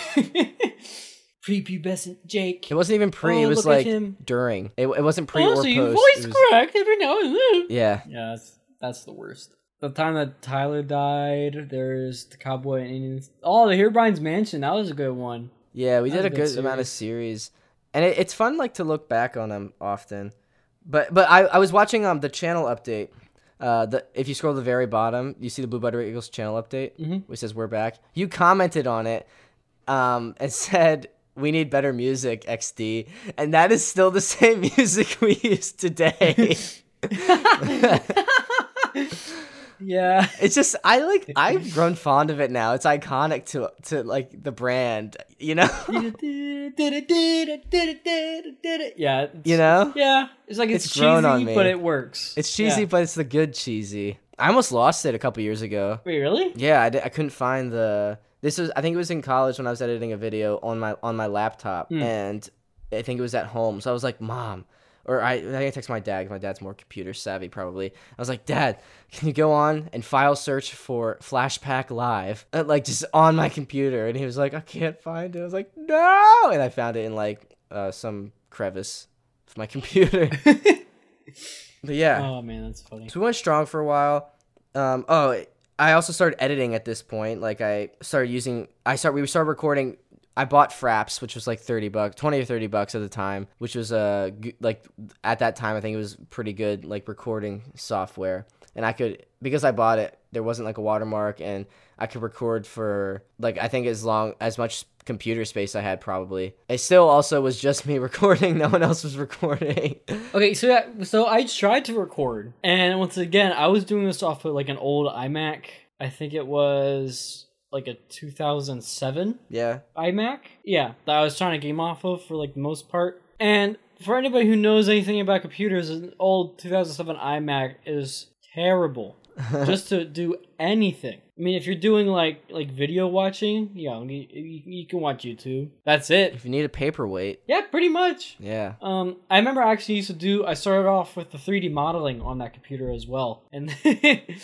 Speaker 2: Prepubescent Jake.
Speaker 1: it wasn't even pre,
Speaker 2: Oh,
Speaker 1: it was
Speaker 2: look at
Speaker 1: like
Speaker 2: him.
Speaker 1: during. It, it wasn't pre
Speaker 2: Oh,
Speaker 1: or
Speaker 2: so
Speaker 1: post.
Speaker 2: you
Speaker 1: It
Speaker 2: voice
Speaker 1: was-
Speaker 2: cracked every now and then.
Speaker 1: yeah.
Speaker 2: Yeah, that's, that's the worst. The time that Tyler died, there's the Cowboy and Indians. Oh, the Herobrine's Mansion. That was a good one.
Speaker 1: Yeah, we
Speaker 2: That
Speaker 1: did a
Speaker 2: was a
Speaker 1: good
Speaker 2: good
Speaker 1: amount of series, and it, it's fun like to look back on them often. But but I, I was watching um the channel update. Uh, the if you scroll to the very bottom, you see the Blue Butter Eagles channel update,
Speaker 2: Mm-hmm.
Speaker 1: which says we're back. You commented on it, um, and said we need better music XD, and that is still the same music we use today.
Speaker 2: Yeah.
Speaker 1: It's just I like I've grown fond of it now. It's iconic to to like the brand, you know.
Speaker 2: yeah. it's-
Speaker 1: you know.
Speaker 2: Yeah. It's like it's,
Speaker 1: It's
Speaker 2: cheesy,
Speaker 1: grown on me.
Speaker 2: but it works.
Speaker 1: It's cheesy,
Speaker 2: Yeah.
Speaker 1: but it's the good cheesy. I almost lost it a couple years ago.
Speaker 2: Wait, really?
Speaker 1: Yeah, I, di- I couldn't find the. This was I think it was in college when I was editing a video on my on my laptop,
Speaker 2: Hmm.
Speaker 1: and I think it was at home. So I was like, "Mom," or I I think I text my dad. 'cause My dad's more computer savvy, probably. I was like, "Dad, can you go on and file search for Flashpack Live?" uh, like just on my computer, and he was like, "I can't find it." I was like, "No!" And I found it in like uh, some crevice of my computer. but yeah.
Speaker 2: Oh man, that's funny.
Speaker 1: So we went strong for a while. Um, oh, I also started editing at this point. Like I started using, I start we started recording. I bought Fraps, which was like thirty bucks, twenty or thirty bucks at the time, which was uh g- like at that time I think it was pretty good like recording software. And I could because I bought it, there wasn't like a watermark, and I could record for like I think as long as much computer space I had probably. It still also was just me recording. No one else was recording.
Speaker 2: Okay, so yeah, so I tried to record, and once again, I was doing this off of like an old iMac. I think it was like a 2007
Speaker 1: yeah.
Speaker 2: iMac. Yeah, that I was trying to game off of for like the most part. And for anybody who knows anything about computers, an old 2007 iMac is terrible just to do anything. I mean, if you're doing like like video watching, yeah, you, you, you can watch YouTube. That's it.
Speaker 1: If you need a paperweight,
Speaker 2: Yeah, pretty much.
Speaker 1: yeah.
Speaker 2: Um, I remember I actually used to do. I started off with the 3D modeling on that computer as well, and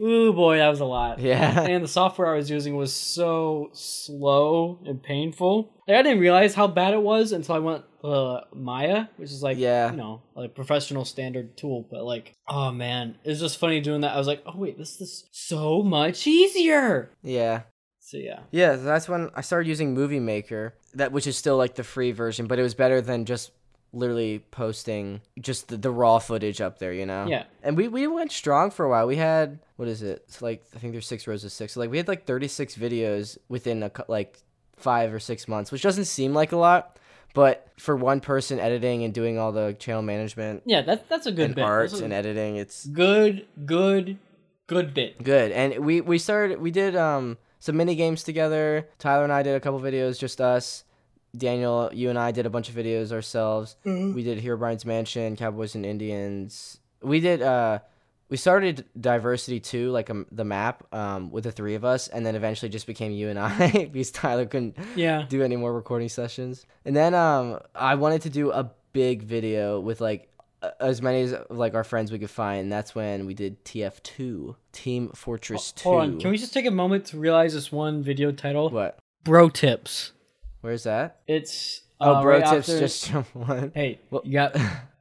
Speaker 2: ooh boy, that was a lot.
Speaker 1: Yeah.
Speaker 2: And the software I was using was so slow and painful. Like I didn't realize how bad it was until I went uh, Maya, which is like
Speaker 1: Yeah.
Speaker 2: you know like professional standard tool, but like oh man, it's just funny doing that. I was like, oh wait, this is so much easier.
Speaker 1: Yeah.
Speaker 2: So yeah,
Speaker 1: Yeah, so that's when I started using Movie Maker, that which is still like the free version, but it was better than just literally posting just the, the raw footage up there, you know.
Speaker 2: Yeah.
Speaker 1: And we we went strong for a while. We had what is it? It's like I think there's six rows of six. So like we had like 36 videos within a cou- like 5 or 6 months, which doesn't seem like a lot, but for one person editing and doing all the channel management
Speaker 2: yeah, that's that's a good
Speaker 1: and
Speaker 2: bit.
Speaker 1: art
Speaker 2: That's a
Speaker 1: and editing, it's
Speaker 2: good, good, good bit.
Speaker 1: good and we we started we did um some mini games together tyler and i did a couple videos just us daniel you and i did a bunch of videos ourselves we did hero brian's mansion cowboys and indians we did uh we started diversity too, like um, the map, um, with the three of us, and then eventually just became you and I because Tyler couldn't
Speaker 2: Yeah.
Speaker 1: do any more recording sessions. And then um, I wanted to do a big video with like a- as many as like our friends we could find. And that's when we did TF2, Team Fortress Two.
Speaker 2: Hold on. Can we just take a moment to realize this one video title?
Speaker 1: What?
Speaker 2: Bro tips.
Speaker 1: Where's that?
Speaker 2: It's
Speaker 1: Oh,
Speaker 2: uh,
Speaker 1: bro
Speaker 2: right
Speaker 1: tips
Speaker 2: after-
Speaker 1: just one.
Speaker 2: Hey,
Speaker 1: Well-
Speaker 2: you got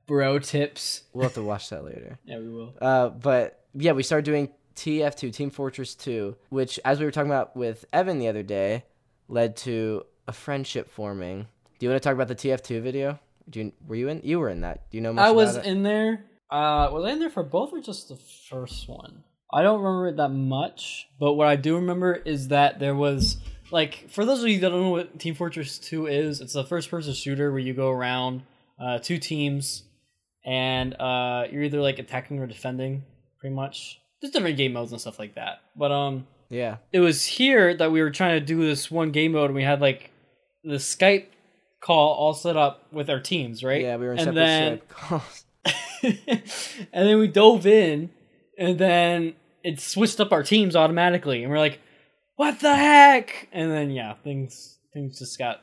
Speaker 2: bro tips.
Speaker 1: We'll have to watch that later.
Speaker 2: Yeah, we will.
Speaker 1: Uh, but yeah, we started doing TF2, Team Fortress 2, which, as we were talking about with Evan the other day, led to a friendship forming. Do you want to talk about the TF2 video? Do you, were you in? You were in that. Do you know much
Speaker 2: I was
Speaker 1: about it?
Speaker 2: in there. Uh, was I in there for both or just the first one? I don't remember it that much, but what I do remember is that there was like for those of you that don't know what Team Fortress Two is, it's a first-person shooter where you go around uh, two teams, and uh, you're either like attacking or defending, pretty much. There's different game modes and stuff like that, but um,
Speaker 1: Yeah.
Speaker 2: it was here that we were trying to do this one game mode, and we had like the Skype call all set up with our teams, right?
Speaker 1: Yeah, we were in
Speaker 2: and
Speaker 1: separate
Speaker 2: then,
Speaker 1: Skype calls.
Speaker 2: and then we dove in, and then it switched up our teams automatically, and we're like, "What the heck?" And then yeah, things things just got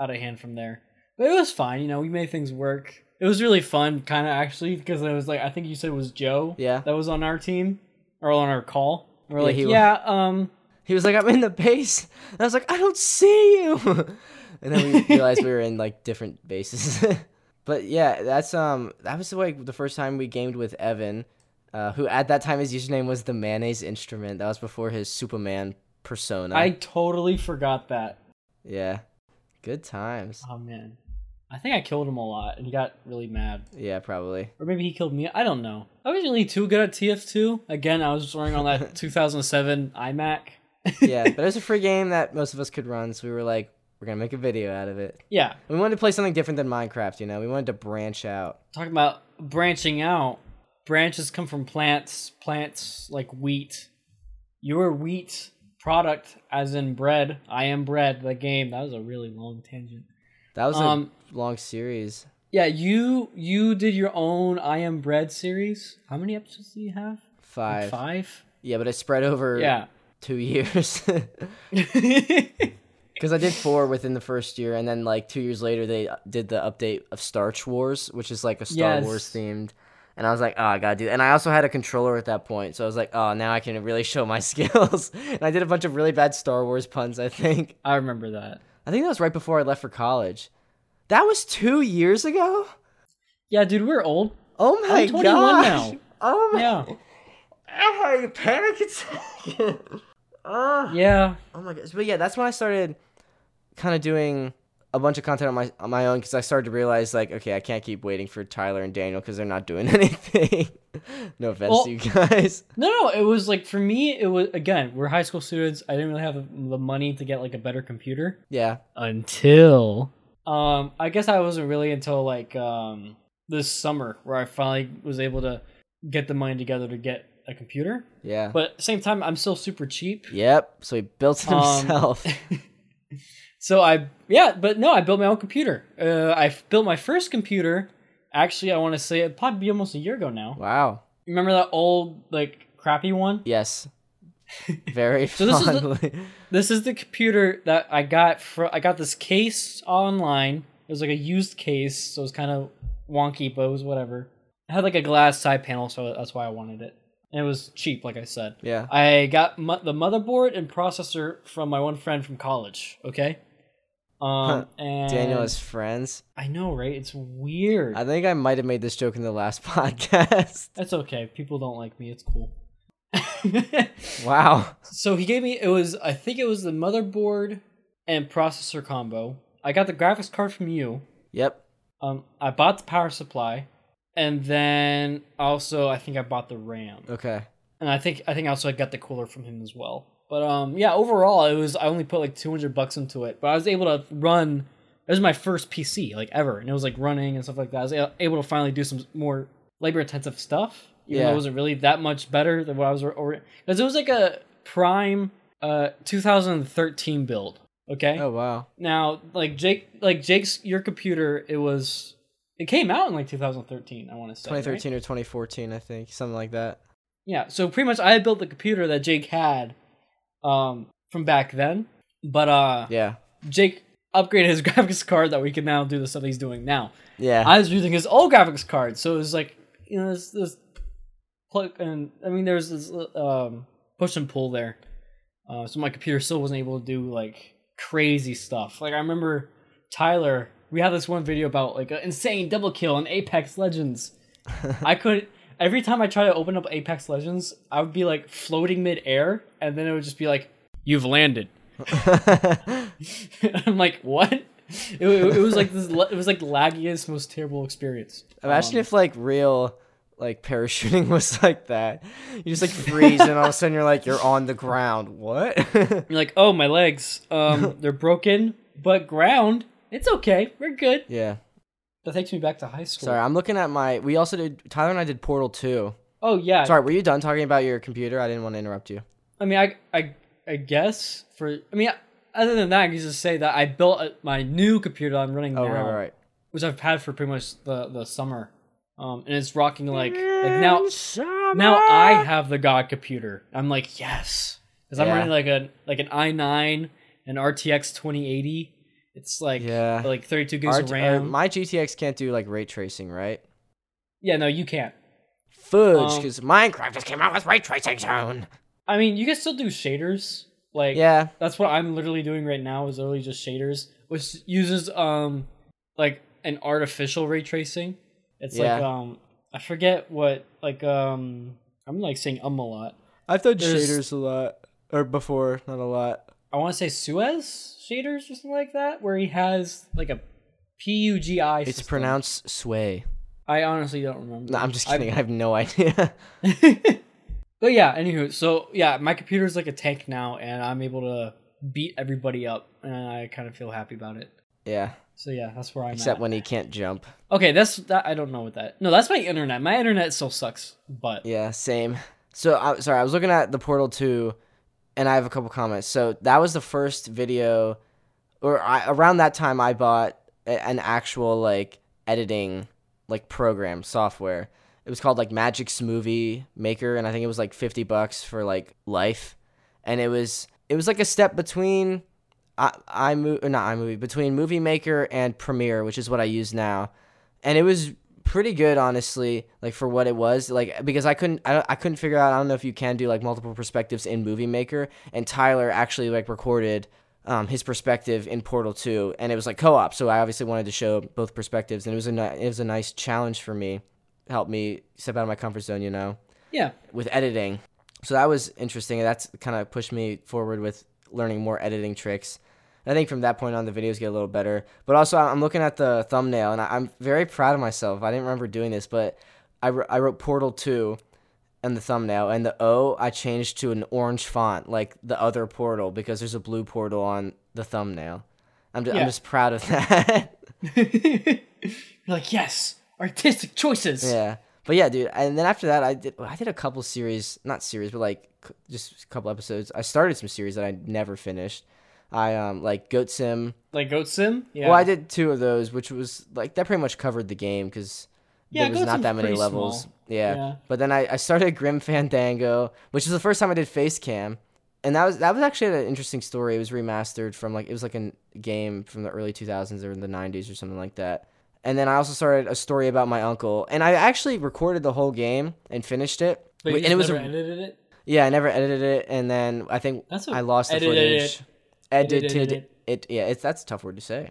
Speaker 2: out of hand from there. But it was fine, you know. We made things work. It was really fun, kind of actually, because it was like I think you said it was Joe.
Speaker 1: Yeah.
Speaker 2: that was on our team or on our call. And we're
Speaker 1: Yeah,
Speaker 2: like,
Speaker 1: he was.
Speaker 2: yeah, um,
Speaker 1: He was like, I'm in the base. And I was like, I don't see you. and then we realized we were in like different bases. but yeah, that's um that was like the first time we gamed with Evan, uh, who at that time his username was the mayonnaise instrument. That was before his Superman persona.
Speaker 2: I totally forgot that.
Speaker 1: Yeah. Good times.
Speaker 2: Oh man, I think I killed him a lot, and he got really mad.
Speaker 1: Yeah, probably.
Speaker 2: Or maybe he killed me. I don't know. I wasn't really too good at TF2. Again, I was running on that 2007 iMac.
Speaker 1: Yeah. but it was a free game that most of us could run, so we were like, we're gonna make a video out of it.
Speaker 2: Yeah.
Speaker 1: We wanted to play something different than Minecraft, you know. We wanted to branch out.
Speaker 2: Talking about branching out. Branches come from plants. Plants like wheat. Your wheat product, as in bread. I am bread. The game. That was a really long tangent.
Speaker 1: That was
Speaker 2: Um,
Speaker 1: a long series.
Speaker 2: Yeah, you you did your own I am bread series. How many episodes do you have?
Speaker 1: Five.
Speaker 2: Five.
Speaker 1: Yeah, but it spread over
Speaker 2: Yeah.
Speaker 1: two years because I did four within the first year, and then like two years later they did the update of Star Wars, which is like a Star
Speaker 2: Yes.
Speaker 1: Wars themed. And I was like, oh, I gotta do. And I also had a controller at that point, so I was like, oh, now I can really show my skills. and I did a bunch of really bad Star Wars puns. I think.
Speaker 2: I remember that.
Speaker 1: I think that was right before I left for college. That was two years ago.
Speaker 2: Yeah, dude, we're old.
Speaker 1: Oh my
Speaker 2: I'm 21
Speaker 1: gosh.
Speaker 2: now.
Speaker 1: Oh my.
Speaker 2: Yeah.
Speaker 1: I'm having a panic attack. Ah.
Speaker 2: Yeah.
Speaker 1: Oh my gosh! But yeah, that's when I started kind of doing a bunch of content on my on my own because I started to realize like, okay, I can't keep waiting for Tyler and Daniel because they're not doing anything. no offense
Speaker 2: Well-
Speaker 1: to you guys.
Speaker 2: No, no, it was like for me, it was again, we're high school students. I didn't really have the money to get like a better computer
Speaker 1: Yeah,
Speaker 2: until um I guess I wasn't really until like um this summer where I finally was able to get the money together to get a computer.
Speaker 1: yeah.
Speaker 2: But at the same time, I'm still super cheap.
Speaker 1: yep. So he built it
Speaker 2: Um,
Speaker 1: himself.
Speaker 2: So I yeah, but no, I built my own computer. Uh I f- built my first computer actually I want to say it probably be almost a year ago now.
Speaker 1: wow.
Speaker 2: Remember that old like crappy one?
Speaker 1: Yes. Very
Speaker 2: So this is the-
Speaker 1: fondly.
Speaker 2: This is the computer that I got from. I got this case online. It was like a used case, so it was kind of wonky, but it was whatever. It had like a glass side panel, so that's why I wanted it. And it was cheap, like I said.
Speaker 1: yeah.
Speaker 2: I got mo- the motherboard and processor from my one friend from college. Okay. Um, and
Speaker 1: Daniel is friends.
Speaker 2: I know, right? It's weird.
Speaker 1: I think I might have made this joke in the last podcast.
Speaker 2: That's okay. People don't like me. It's cool.
Speaker 1: Wow.
Speaker 2: So he gave me it was I think it was the motherboard and processor combo. I got the graphics card from you.
Speaker 1: Yep.
Speaker 2: Um, I bought the power supply, and then also I think I bought the RAM,
Speaker 1: Okay.
Speaker 2: and I think I think also I got the cooler from him as well. But um, yeah, overall it was I only put like two hundred bucks into it, but I was able to run. It was my first PC like ever, and it was like running and stuff like that. I was a- able to finally do some more labor intensive stuff. Even though
Speaker 1: Yeah.
Speaker 2: it wasn't really that much better than what I was because it was like a prime uh 2013 build. Okay.
Speaker 1: Oh wow.
Speaker 2: Now, like Jake, like Jake's your computer, it was it came out in like 2013. I want to say right?
Speaker 1: 2013 or 2014, I think, something like that.
Speaker 2: Yeah, so pretty much I built the computer that Jake had um, from back then, but uh,
Speaker 1: Yeah.
Speaker 2: Jake upgraded his graphics card that we can now do the stuff he's doing now.
Speaker 1: Yeah.
Speaker 2: I was using his old graphics card, so it was like you know this this plug and I mean there was this um, push and pull there, uh, so my computer still wasn't able to do like crazy stuff. Like I remember Tyler, we had this one video about like an insane double kill in Apex Legends. I couldn't. Every time I try to open up Apex Legends, I would be like floating midair, and then it would just be like, "You've landed." I'm like, "What?" It, it, it was like this. It was like laggiest, most terrible experience.
Speaker 1: Imagine if like real like parachuting was like that. You just like freeze and all of a sudden you're like you're on the ground. What?
Speaker 2: You're like, oh, my legs, um, they're broken, but ground, it's okay, we're good.
Speaker 1: yeah.
Speaker 2: That takes me back to high school.
Speaker 1: Sorry, I'm looking at my we also did Tyler and I did Portal 2.
Speaker 2: Oh yeah.
Speaker 1: Sorry, were you done talking about your computer? I didn't want to interrupt you.
Speaker 2: I mean, I, I, I guess for. I mean, other than that, I can just say that I built a, my new computer that I'm running
Speaker 1: Oh,
Speaker 2: now,
Speaker 1: right, right, right.
Speaker 2: which I've had for pretty much the the summer, um, and it's rocking like like now now I have the god computer. I'm like yes, because I'm
Speaker 1: Yeah.
Speaker 2: running like a like an i9, an RTX 2080. It's like
Speaker 1: Yeah.
Speaker 2: like 32 gigs
Speaker 1: Our-
Speaker 2: of
Speaker 1: uh,
Speaker 2: RAM.
Speaker 1: my GTX can't do like ray tracing, right?
Speaker 2: yeah, no, you can't.
Speaker 1: Fudge,
Speaker 2: Um,
Speaker 1: because Minecraft just came out with ray tracing zone.
Speaker 2: I mean, you can still do shaders. Like
Speaker 1: Yeah,
Speaker 2: that's what I'm literally doing right now is literally just shaders, which uses um like an artificial ray tracing. It's like
Speaker 1: Yeah.
Speaker 2: um I forget what like um I'm like saying um a lot.
Speaker 1: I've done
Speaker 2: There's-
Speaker 1: shaders a lot, or before, not a lot.
Speaker 2: I want to say Suez shaders or something like that, where he has like a PUGI.
Speaker 1: It's
Speaker 2: system.
Speaker 1: pronounced sway.
Speaker 2: I honestly don't remember.
Speaker 1: No, I'm just
Speaker 2: I-
Speaker 1: kidding. I have no idea.
Speaker 2: but yeah, anywho, so yeah, my computer's like a tank now, and I'm able to beat everybody up, and I kind of feel happy about it.
Speaker 1: yeah,
Speaker 2: So yeah, that's where I'm
Speaker 1: except
Speaker 2: at.
Speaker 1: when he can't jump.
Speaker 2: Okay, that's that. I don't know what that. No, that's my internet. My internet still sucks, but
Speaker 1: Yeah, same. So I sorry, I was looking at the Portal 2 and I have a couple comments. So that was the first video or I, around that time I bought a- an actual like editing like program software. It was called like Magic Smoothie Maker and I think it was like 50 bucks for like life. And it was it was like a step between I iMovie or not iMovie between Movie Maker and Premiere, which is what I use now. And it was pretty good honestly like for what it was like because i couldn't I, I couldn't figure out i don't know if you can do like multiple perspectives in movie maker and tyler actually like recorded um, his perspective in portal 2 and it was like co-op so i obviously wanted to show both perspectives and it was a ni- it was a nice challenge for me helped me step out of my comfort zone you know
Speaker 2: yeah,
Speaker 1: with editing. So that was interesting. That's kind of pushed me forward with learning more editing tricks. And I think from that point on, the videos get a little better. But also, I'm looking at the thumbnail, and I- I'm very proud of myself. I didn't remember doing this, but I wr- I wrote Portal 2 in the thumbnail, and the O I changed to an orange font, like the other Portal, because there's a blue Portal on the thumbnail. I'm, ju-
Speaker 2: Yeah.
Speaker 1: I'm just proud of that.
Speaker 2: you're like yes, artistic choices.
Speaker 1: Yeah, but yeah, dude. And then after that, I did I did a couple series, not series, but like c- just a couple episodes. I started some series that I never finished. I um like Goat Sim.
Speaker 2: Like Goat Sim. Yeah,
Speaker 1: Well, I did two of those, which was like that pretty much covered the game because
Speaker 2: Yeah,
Speaker 1: there was
Speaker 2: Goat
Speaker 1: not
Speaker 2: Sim's
Speaker 1: that many
Speaker 2: pretty
Speaker 1: levels.
Speaker 2: small.
Speaker 1: Yeah.
Speaker 2: Yeah.
Speaker 1: But then I, I started Grim Fandango, which is the first time I did face cam. And that was that was actually an interesting story. It was remastered from like it was like a game from the early 2000s or the 90s or something like that. And then I also started a story about my uncle, and I actually recorded the whole game and finished it.
Speaker 2: but you
Speaker 1: and it
Speaker 2: just
Speaker 1: was
Speaker 2: never
Speaker 1: a,
Speaker 2: edited it.
Speaker 1: yeah, I never edited it, and then I think
Speaker 2: That's what-
Speaker 1: I lost the
Speaker 2: edited
Speaker 1: footage. Edited,
Speaker 2: Edited
Speaker 1: it. Yeah, it's that's a tough word to say.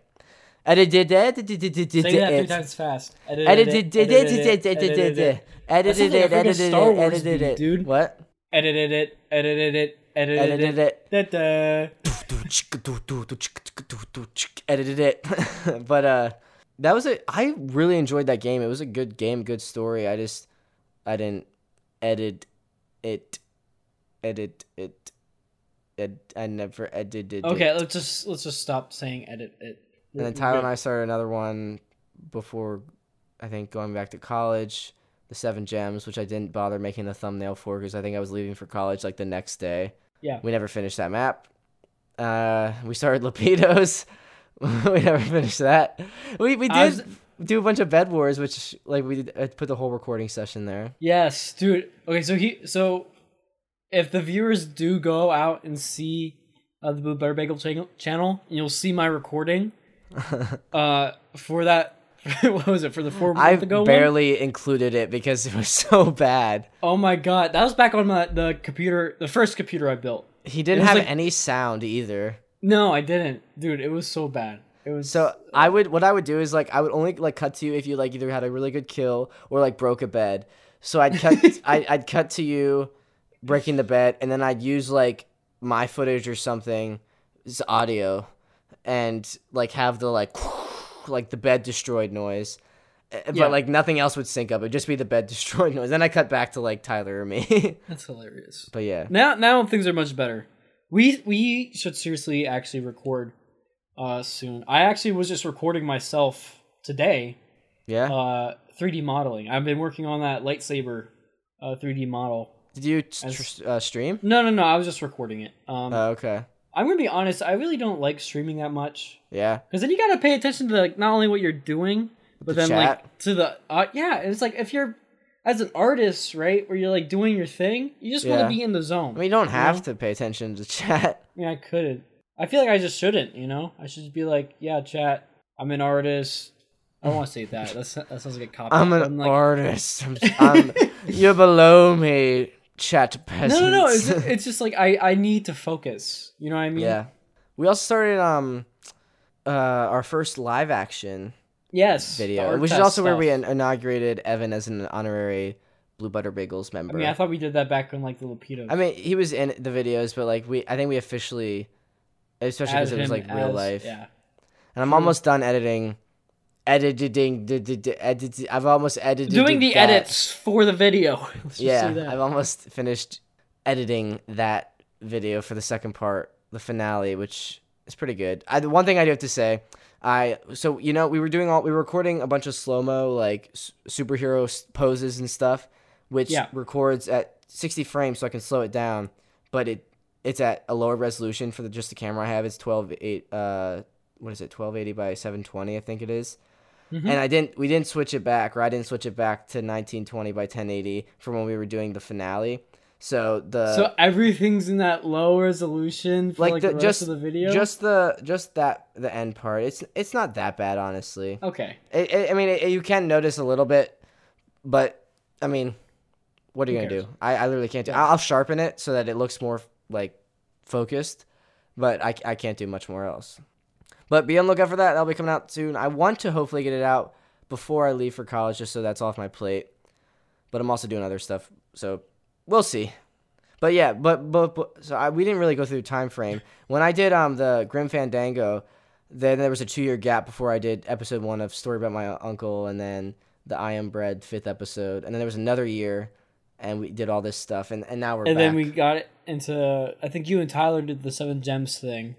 Speaker 1: Edited, edited, edited,
Speaker 2: Say that three
Speaker 1: it.
Speaker 2: times fast.
Speaker 1: Edited, edited, edited,
Speaker 2: edited
Speaker 1: edited,
Speaker 2: it.
Speaker 1: it. edited,
Speaker 2: That
Speaker 1: it,
Speaker 2: sounds like a freaking
Speaker 1: edited,
Speaker 2: Star
Speaker 1: it,
Speaker 2: Wars
Speaker 1: edited,
Speaker 2: beat,
Speaker 1: it.
Speaker 2: dude.
Speaker 1: What?
Speaker 2: Edited it. Edited it. Edited
Speaker 1: Edited
Speaker 2: it.
Speaker 1: it.
Speaker 2: Da-da.
Speaker 1: edited it but uh that was it i really enjoyed that game it was a good game good story i just i didn't edit it edit it Ed, i never edited it
Speaker 2: Okay, let's just let's just stop saying edit it.
Speaker 1: and then tyler and i started another one before i think going back to college the seven gems which i didn't bother making the thumbnail for because i think i was leaving for college like the next day
Speaker 2: Yeah.
Speaker 1: we never finished that map. Uh, we started Lapidos. we never finished that. We we
Speaker 2: I
Speaker 1: did
Speaker 2: was-
Speaker 1: do a bunch of bed wars, which like we did, I put the whole recording session there.
Speaker 2: Yes, dude. Okay, so he so if the viewers do go out and see uh, the Boo Butter Bagel channel, channel, and you'll see my recording uh, for that. what was it for the four month
Speaker 1: I
Speaker 2: ago one?
Speaker 1: barely included it because it was so bad.
Speaker 2: Oh my god, that was back on my the computer, the first computer I built.
Speaker 1: He
Speaker 2: It
Speaker 1: didn't
Speaker 2: was
Speaker 1: have
Speaker 2: like-
Speaker 1: any sound either.
Speaker 2: No, I didn't, dude. It was so bad. It was
Speaker 1: So I would what I would do is like I would only like cut to you if you like either had a really good kill or like broke a bed. So I'd cut I, I'd cut to you breaking the bed, and then I'd use like my footage or something, it's audio, and like have the like like the bed destroyed noise. Uh, But
Speaker 2: Yeah.
Speaker 1: like nothing else would sync up. It'd just be the bed destroyed noise. Then I cut back to like Tyler or me.
Speaker 2: that's hilarious.
Speaker 1: but yeah,
Speaker 2: Now now things are much better. We we should seriously actually record uh soon. I actually was just recording myself today
Speaker 1: yeah.
Speaker 2: uh 3D modeling. I've been working on that lightsaber uh 3D model.
Speaker 1: Did you tr- tr- uh, stream?
Speaker 2: No, no, no. I was just recording it. Um
Speaker 1: Oh, okay.
Speaker 2: I'm going to be honest, I really don't like streaming that much
Speaker 1: Yeah.
Speaker 2: cuz then you got to pay attention to like not only what you're doing, but
Speaker 1: the
Speaker 2: then like
Speaker 1: chat.
Speaker 2: to the uh, yeah, it's like if you're as an artist, right, where you're like doing your thing, you just want
Speaker 1: Yeah.
Speaker 2: to be in the zone.
Speaker 1: I mean, you don't have to pay attention to chat.
Speaker 2: I mean, I couldn't. I feel like I just shouldn't, you know? I should just be like, yeah, chat, I'm an artist. I don't want to say that. That's, that sounds like a cop.
Speaker 1: I'm an artist. I'm, I'm- you're below me, chat
Speaker 2: No,
Speaker 1: peasants.
Speaker 2: no, no. It's just, it's just like I, I need to focus. You know what I mean?
Speaker 1: yeah. We also started um, uh, our first live action
Speaker 2: Yes. the
Speaker 1: video,
Speaker 2: art
Speaker 1: which is
Speaker 2: test
Speaker 1: also where we in-
Speaker 2: stuff.
Speaker 1: inaugurated Evan as an honorary Blue Butter Bagels member.
Speaker 2: I mean, I thought we did that back in like the Lapido.
Speaker 1: I mean, he was in the videos, but like we, I think we officially, especially because it was like real life.
Speaker 2: Yeah.
Speaker 1: And I'm almost done editing, editing, d- d- d- edit. I've almost edited.
Speaker 2: Doing the
Speaker 1: that.
Speaker 2: edits for the video. Let's just
Speaker 1: yeah,
Speaker 2: say that.
Speaker 1: I've almost finished editing that video for the second part, the finale, which is pretty good. I, the one thing I do have to say, I so you know we were doing all we were recording a bunch of slow mo like s- superhero s- poses and stuff, which
Speaker 2: Yeah.
Speaker 1: records at 60 frames, so I can slow it down, but it it's at a lower resolution for the, just the camera I have. It's 12 eight uh what is it 1280 by 720 I think it is and I didn't we didn't switch it back or I didn't switch it back to 1920 by 1080 from when we were doing the finale. So the
Speaker 2: so everything's in that low resolution for like,
Speaker 1: like,
Speaker 2: the,
Speaker 1: the,
Speaker 2: rest
Speaker 1: just
Speaker 2: of the video.
Speaker 1: just the just that the end part. It's it's not that bad honestly.
Speaker 2: okay.
Speaker 1: It, it, I mean it, you can notice a little bit, but I mean, what are you
Speaker 2: Who
Speaker 1: gonna
Speaker 2: cares?
Speaker 1: do? I, I literally can't do. I'll sharpen it so that it looks more like focused, but I I can't do much more else. But be on the lookout for that. That'll be coming out soon. I want to hopefully get it out before I leave for college, just so that's off my plate. But I'm also doing other stuff, so we'll see. But yeah, but but, but so I, we didn't really go through time frame. When I did um the Grim Fandango, then there was a two year gap before I did episode one of Story About My Uncle, and then the I Am Bread fifth episode, and then there was another year, and we did all this stuff, and, and now we're
Speaker 2: and
Speaker 1: back.
Speaker 2: then we got it into I think you and Tyler did the seven gems thing.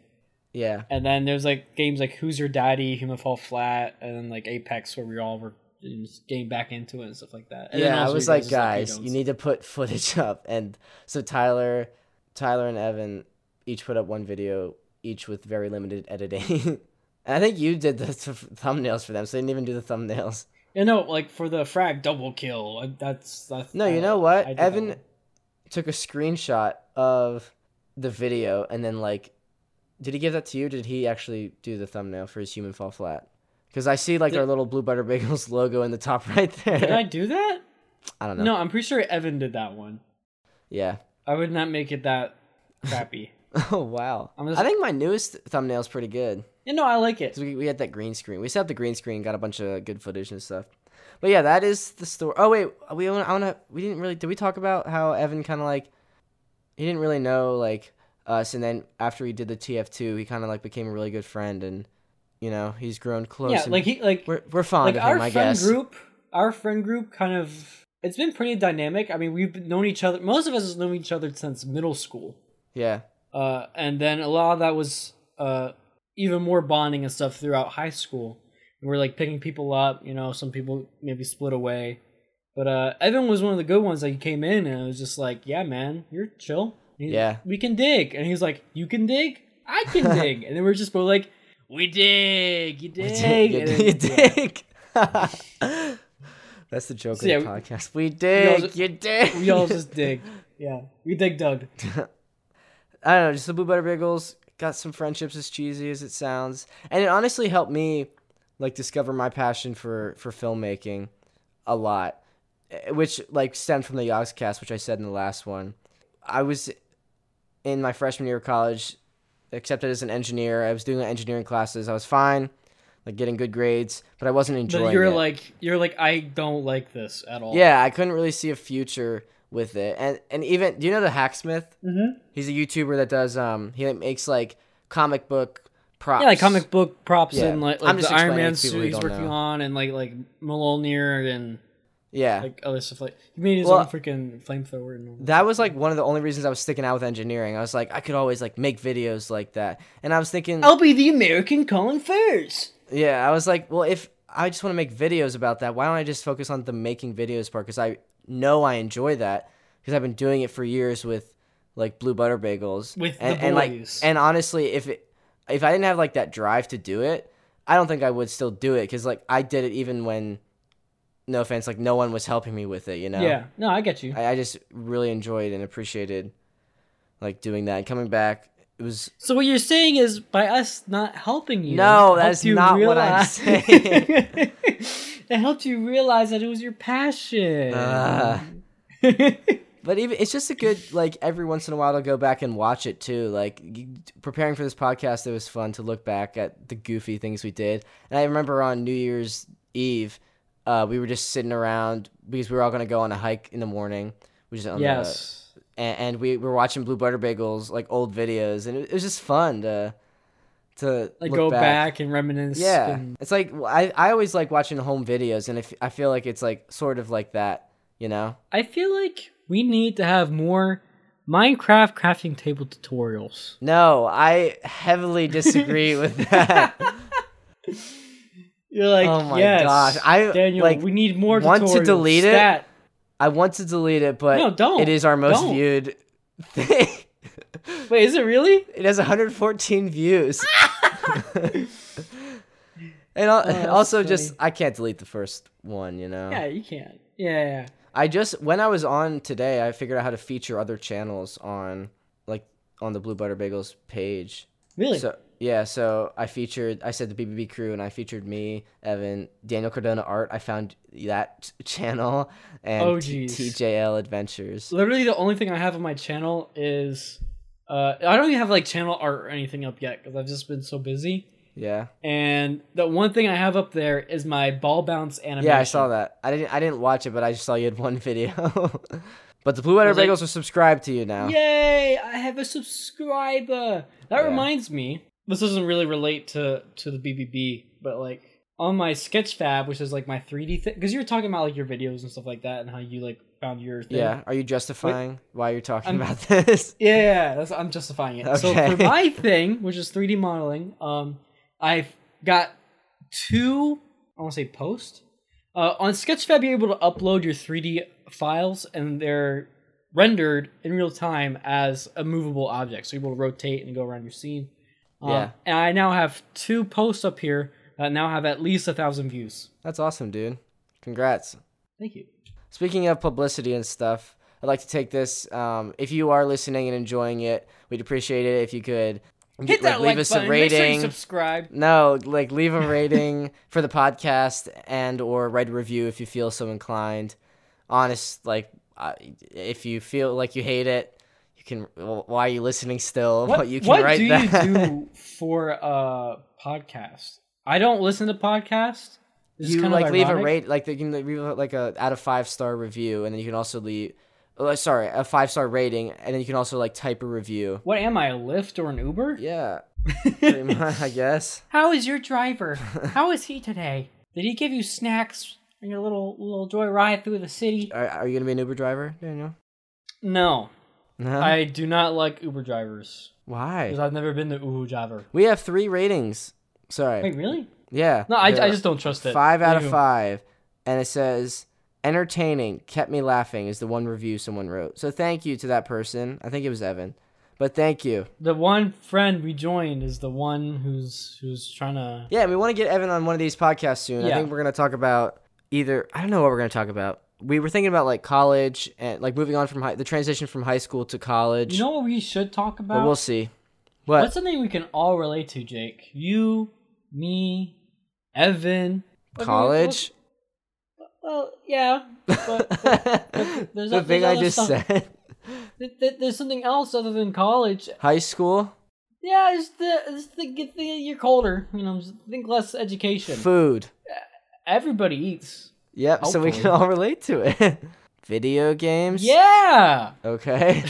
Speaker 1: yeah
Speaker 2: And then there's like games like Who's Your Daddy, Human Fall Flat, and then like Apex where we all were just getting back into it and stuff like that. And then
Speaker 1: yeah I
Speaker 2: also
Speaker 1: was
Speaker 2: your
Speaker 1: like guys,
Speaker 2: Lapidos.
Speaker 1: you need to put footage up, and so Tyler, Tyler and Evan each put up one video each with very limited editing. And I think you did the th- thumbnails for them, so they didn't even do the thumbnails.
Speaker 2: You know, like for the frag double kill. I- That's that's
Speaker 1: No, you
Speaker 2: uh,
Speaker 1: know what?
Speaker 2: I did that
Speaker 1: Evan
Speaker 2: one.
Speaker 1: took a screenshot of the video and then like did he give that to you? Did he actually do the thumbnail for his human fall flat? Because I see like
Speaker 2: Did-
Speaker 1: our little blue butter bagels logo in the top right
Speaker 2: Did I
Speaker 1: there.
Speaker 2: do that?
Speaker 1: I, don't know.
Speaker 2: No. I'm pretty sure Evan did that one.
Speaker 1: Yeah.
Speaker 2: I would not make it that crappy.
Speaker 1: Oh wow.
Speaker 2: I'm just-
Speaker 1: I think my newest thumbnail's pretty good.
Speaker 2: you know, I like it.
Speaker 1: 'Cause we, we had that green screen. We set up the green screen, got a bunch of good footage and stuff. But yeah, that is the story. Oh wait, we wanna, I wanna we didn't really did we talk about how Evan kind of like he didn't really know like us, and then after he did the TF2, he kind of like became a really good friend, and you know he's grown close.
Speaker 2: Yeah,
Speaker 1: and
Speaker 2: like he like
Speaker 1: we're we're fond
Speaker 2: like
Speaker 1: of
Speaker 2: our
Speaker 1: him, I
Speaker 2: friend
Speaker 1: guess.
Speaker 2: group our friend group kind of it's been pretty dynamic i mean we've known each other most of us have known each other since middle school
Speaker 1: Yeah,
Speaker 2: uh, and then a lot of that was uh, even more bonding and stuff throughout high school and we're like picking people up you know some people maybe split away but uh, evan was one of the good ones that he came in and it was just like yeah man you're chill He-
Speaker 1: Yeah.
Speaker 2: we can dig and he's like you can dig i can dig and then we're just both like we dig you dig
Speaker 1: you,
Speaker 2: and
Speaker 1: you
Speaker 2: then-
Speaker 1: dig. That's the joke of
Speaker 2: So,
Speaker 1: the
Speaker 2: yeah, we-
Speaker 1: podcast. We dig,
Speaker 2: just-
Speaker 1: you dig.
Speaker 2: We all just dig. Yeah, we dig Doug.
Speaker 1: I don't know, just the blue butter bagels got some friendships as cheesy as it sounds, and it honestly helped me like discover my passion for for filmmaking a lot, eh, which like stemmed from the Yogscast, which I said in the last one. I was in my freshman year of college, accepted as an engineer. I was doing engineering classes. I was fine, like getting good grades, but I wasn't enjoying.
Speaker 2: But you're
Speaker 1: it.
Speaker 2: like you're like I don't like this at all.
Speaker 1: yeah, I couldn't really see a future with it, and and even do you know the Hacksmith?
Speaker 2: Mhm.
Speaker 1: He's a YouTuber that does um he like, makes like comic book props.
Speaker 2: Yeah, like comic book props
Speaker 1: Yeah.
Speaker 2: and like,
Speaker 1: I'm
Speaker 2: like
Speaker 1: just
Speaker 2: the Iron
Speaker 1: explaining
Speaker 2: Man
Speaker 1: to people
Speaker 2: suit
Speaker 1: who
Speaker 2: he's
Speaker 1: don't
Speaker 2: working
Speaker 1: know.
Speaker 2: on, and like like Mjolnir and
Speaker 1: Yeah.
Speaker 2: like other stuff. Like he made his
Speaker 1: Well,
Speaker 2: own freaking flamethrower. And all that.
Speaker 1: that was like one of the only reasons I was sticking out with engineering. I was like, I could always like make videos like that. And I was thinking
Speaker 2: I'll be the American Colin Furs.
Speaker 1: Yeah, I was like, well, if I just want to make videos about that, why don't I just focus on the making videos part? Because I know I enjoy that because I've been doing it for years with like blue butter bagels
Speaker 2: With the
Speaker 1: and, and like
Speaker 2: boys.
Speaker 1: and honestly, if it if I didn't have like that drive to do it, I don't think I would still do it because like I did it even when no offense, like no one was helping me with it, you know.
Speaker 2: Yeah, no, I get you.
Speaker 1: I, I just really enjoyed and appreciated like doing that and coming back. It was
Speaker 2: So what you're saying is by us not helping you.
Speaker 1: No,
Speaker 2: it helped
Speaker 1: that's
Speaker 2: you
Speaker 1: not what I'm
Speaker 2: realize-
Speaker 1: saying.
Speaker 2: it helped you realize that it was your passion.
Speaker 1: Ah. But even it's just a good like every once in a while to go back and watch it too. Like y- preparing for this podcast, it was fun to look back at the goofy things we did. And I remember on New Year's Eve, uh, we were just sitting around because we were all gonna go on a hike in the morning, which is on the,
Speaker 2: yes.
Speaker 1: and, and we were watching Blue Butter Bagels like old videos, and it, it was just fun to to
Speaker 2: Like
Speaker 1: look
Speaker 2: go back. and reminisce.
Speaker 1: yeah,
Speaker 2: and-
Speaker 1: it's like I I always like watching home videos, and if, I feel like it's like sort of like that, you know.
Speaker 2: I feel like we need to have more Minecraft crafting table tutorials.
Speaker 1: No, I heavily disagree with that.
Speaker 2: You're like,
Speaker 1: Oh my
Speaker 2: yes,
Speaker 1: gosh, I,
Speaker 2: Daniel,
Speaker 1: like,
Speaker 2: we need more.
Speaker 1: want to
Speaker 2: tutorials.
Speaker 1: delete it?
Speaker 2: Stat.
Speaker 1: I want to delete it, but
Speaker 2: No, don't.
Speaker 1: it is our most
Speaker 2: Don't.
Speaker 1: viewed thing.
Speaker 2: Wait, is it really?
Speaker 1: It has 114 views. and al-
Speaker 2: Oh, that's
Speaker 1: also just
Speaker 2: funny.
Speaker 1: I can't delete the first one, you know.
Speaker 2: Yeah, you can't. Yeah.
Speaker 1: I just when I was on today, I figured out how to feature other channels on like on the Blue Butter Bagels page.
Speaker 2: Really?
Speaker 1: So yeah, so I featured. I said the BBB crew, and I featured me, Evan, Daniel Cardona Art. I found that t- channel and
Speaker 2: Oh,
Speaker 1: T-
Speaker 2: geez.
Speaker 1: TJL Adventures.
Speaker 2: literally the only thing I have on my channel is uh I don't even have like channel art or anything up yet because I've just been so busy.
Speaker 1: Yeah,
Speaker 2: And the one thing I have up there is my ball bounce animation.
Speaker 1: yeah, I saw that. I didn't. I didn't watch it, but I just saw you had one video. but the Blue Letter
Speaker 2: Was it-
Speaker 1: Bagels are subscribed to you now.
Speaker 2: Yay! I have a subscriber. That
Speaker 1: Yeah.
Speaker 2: reminds me. This doesn't really relate to to the BBB, but like on my Sketchfab, which is like my 3D thing, because you were talking about like your videos and stuff like that, and how you like found your thing.
Speaker 1: Yeah. Are you justifying why you're talking
Speaker 2: I'm-
Speaker 1: about this?
Speaker 2: Yeah, that's, I'm justifying it. So
Speaker 1: Okay.
Speaker 2: for my thing, which is 3D modeling, um, I've got two. I want to say post uh, on Sketchfab. You're able to upload your 3D files, and they're rendered in real time as a movable object. So you're able to rotate and go around your scene. Um,
Speaker 1: Yeah.
Speaker 2: And I now have two posts up here that now have at least a thousand views.
Speaker 1: That's awesome, dude. Congrats.
Speaker 2: Thank you.
Speaker 1: Speaking of publicity and stuff, I'd like to take this. Um, if you are listening and enjoying it, we'd appreciate it if you could
Speaker 2: Hit that like,
Speaker 1: leave us
Speaker 2: button.
Speaker 1: a
Speaker 2: Make sure you
Speaker 1: rating.
Speaker 2: subscribe.
Speaker 1: no, like leave a rating for the podcast and or write a review if you feel so inclined. Honest, like I if you feel like you hate it, you can. Well, why are you listening still?
Speaker 2: What,
Speaker 1: But you can
Speaker 2: what
Speaker 1: write
Speaker 2: do
Speaker 1: that.
Speaker 2: you do for a podcast? I don't listen to podcasts. This is
Speaker 1: you
Speaker 2: kind
Speaker 1: like
Speaker 2: of
Speaker 1: leave a
Speaker 2: ironic.
Speaker 1: rate like you can leave like a out of five star review and then you can also leave uh, sorry a five star rating and then you can also like type a review
Speaker 2: What am I, a Lyft or an Uber?
Speaker 1: yeah pretty much, i guess
Speaker 2: How is your driver? How is he today? Did he give you snacks in your little little joy ride through the city?
Speaker 1: are, are you gonna be an uber driver daniel
Speaker 2: No,
Speaker 1: no
Speaker 2: I do not like Uber drivers because
Speaker 1: why
Speaker 2: I've never been the Uber driver.
Speaker 1: we have three ratings sorry
Speaker 2: Wait, really?
Speaker 1: yeah
Speaker 2: No, I,
Speaker 1: there
Speaker 2: I
Speaker 1: are
Speaker 2: just don't trust it.
Speaker 1: five out of
Speaker 2: Anywho.
Speaker 1: five and it says entertaining kept me laughing is the one review someone wrote so thank you to that person i think it was evan but But thank you.
Speaker 2: The one friend we joined is the one who's who's trying to.
Speaker 1: Yeah, we want to get Evan on one of these podcasts soon. I
Speaker 2: Yeah.
Speaker 1: think we're gonna talk about either I don't know what we're gonna talk about. We were thinking about like college and like moving on from high, the transition from high school to college.
Speaker 2: You know what we should talk
Speaker 1: but
Speaker 2: about?
Speaker 1: we'll see. What
Speaker 2: What's something we can all relate to, Jake? You, me, Evan. I mean,
Speaker 1: college?
Speaker 2: Well, yeah, but, there's
Speaker 1: the
Speaker 2: oth-
Speaker 1: thing
Speaker 2: there's
Speaker 1: I
Speaker 2: other
Speaker 1: just
Speaker 2: stuff.
Speaker 1: said.
Speaker 2: th- th- there's something else other than college.
Speaker 1: High school,
Speaker 2: Yeah, it's the it's the, get the you're colder. You know, just think less education.
Speaker 1: food.
Speaker 2: Everybody eats.
Speaker 1: Yep. So we can
Speaker 2: Hopefully.
Speaker 1: all relate to it. Video games.
Speaker 2: Yeah.
Speaker 1: Okay.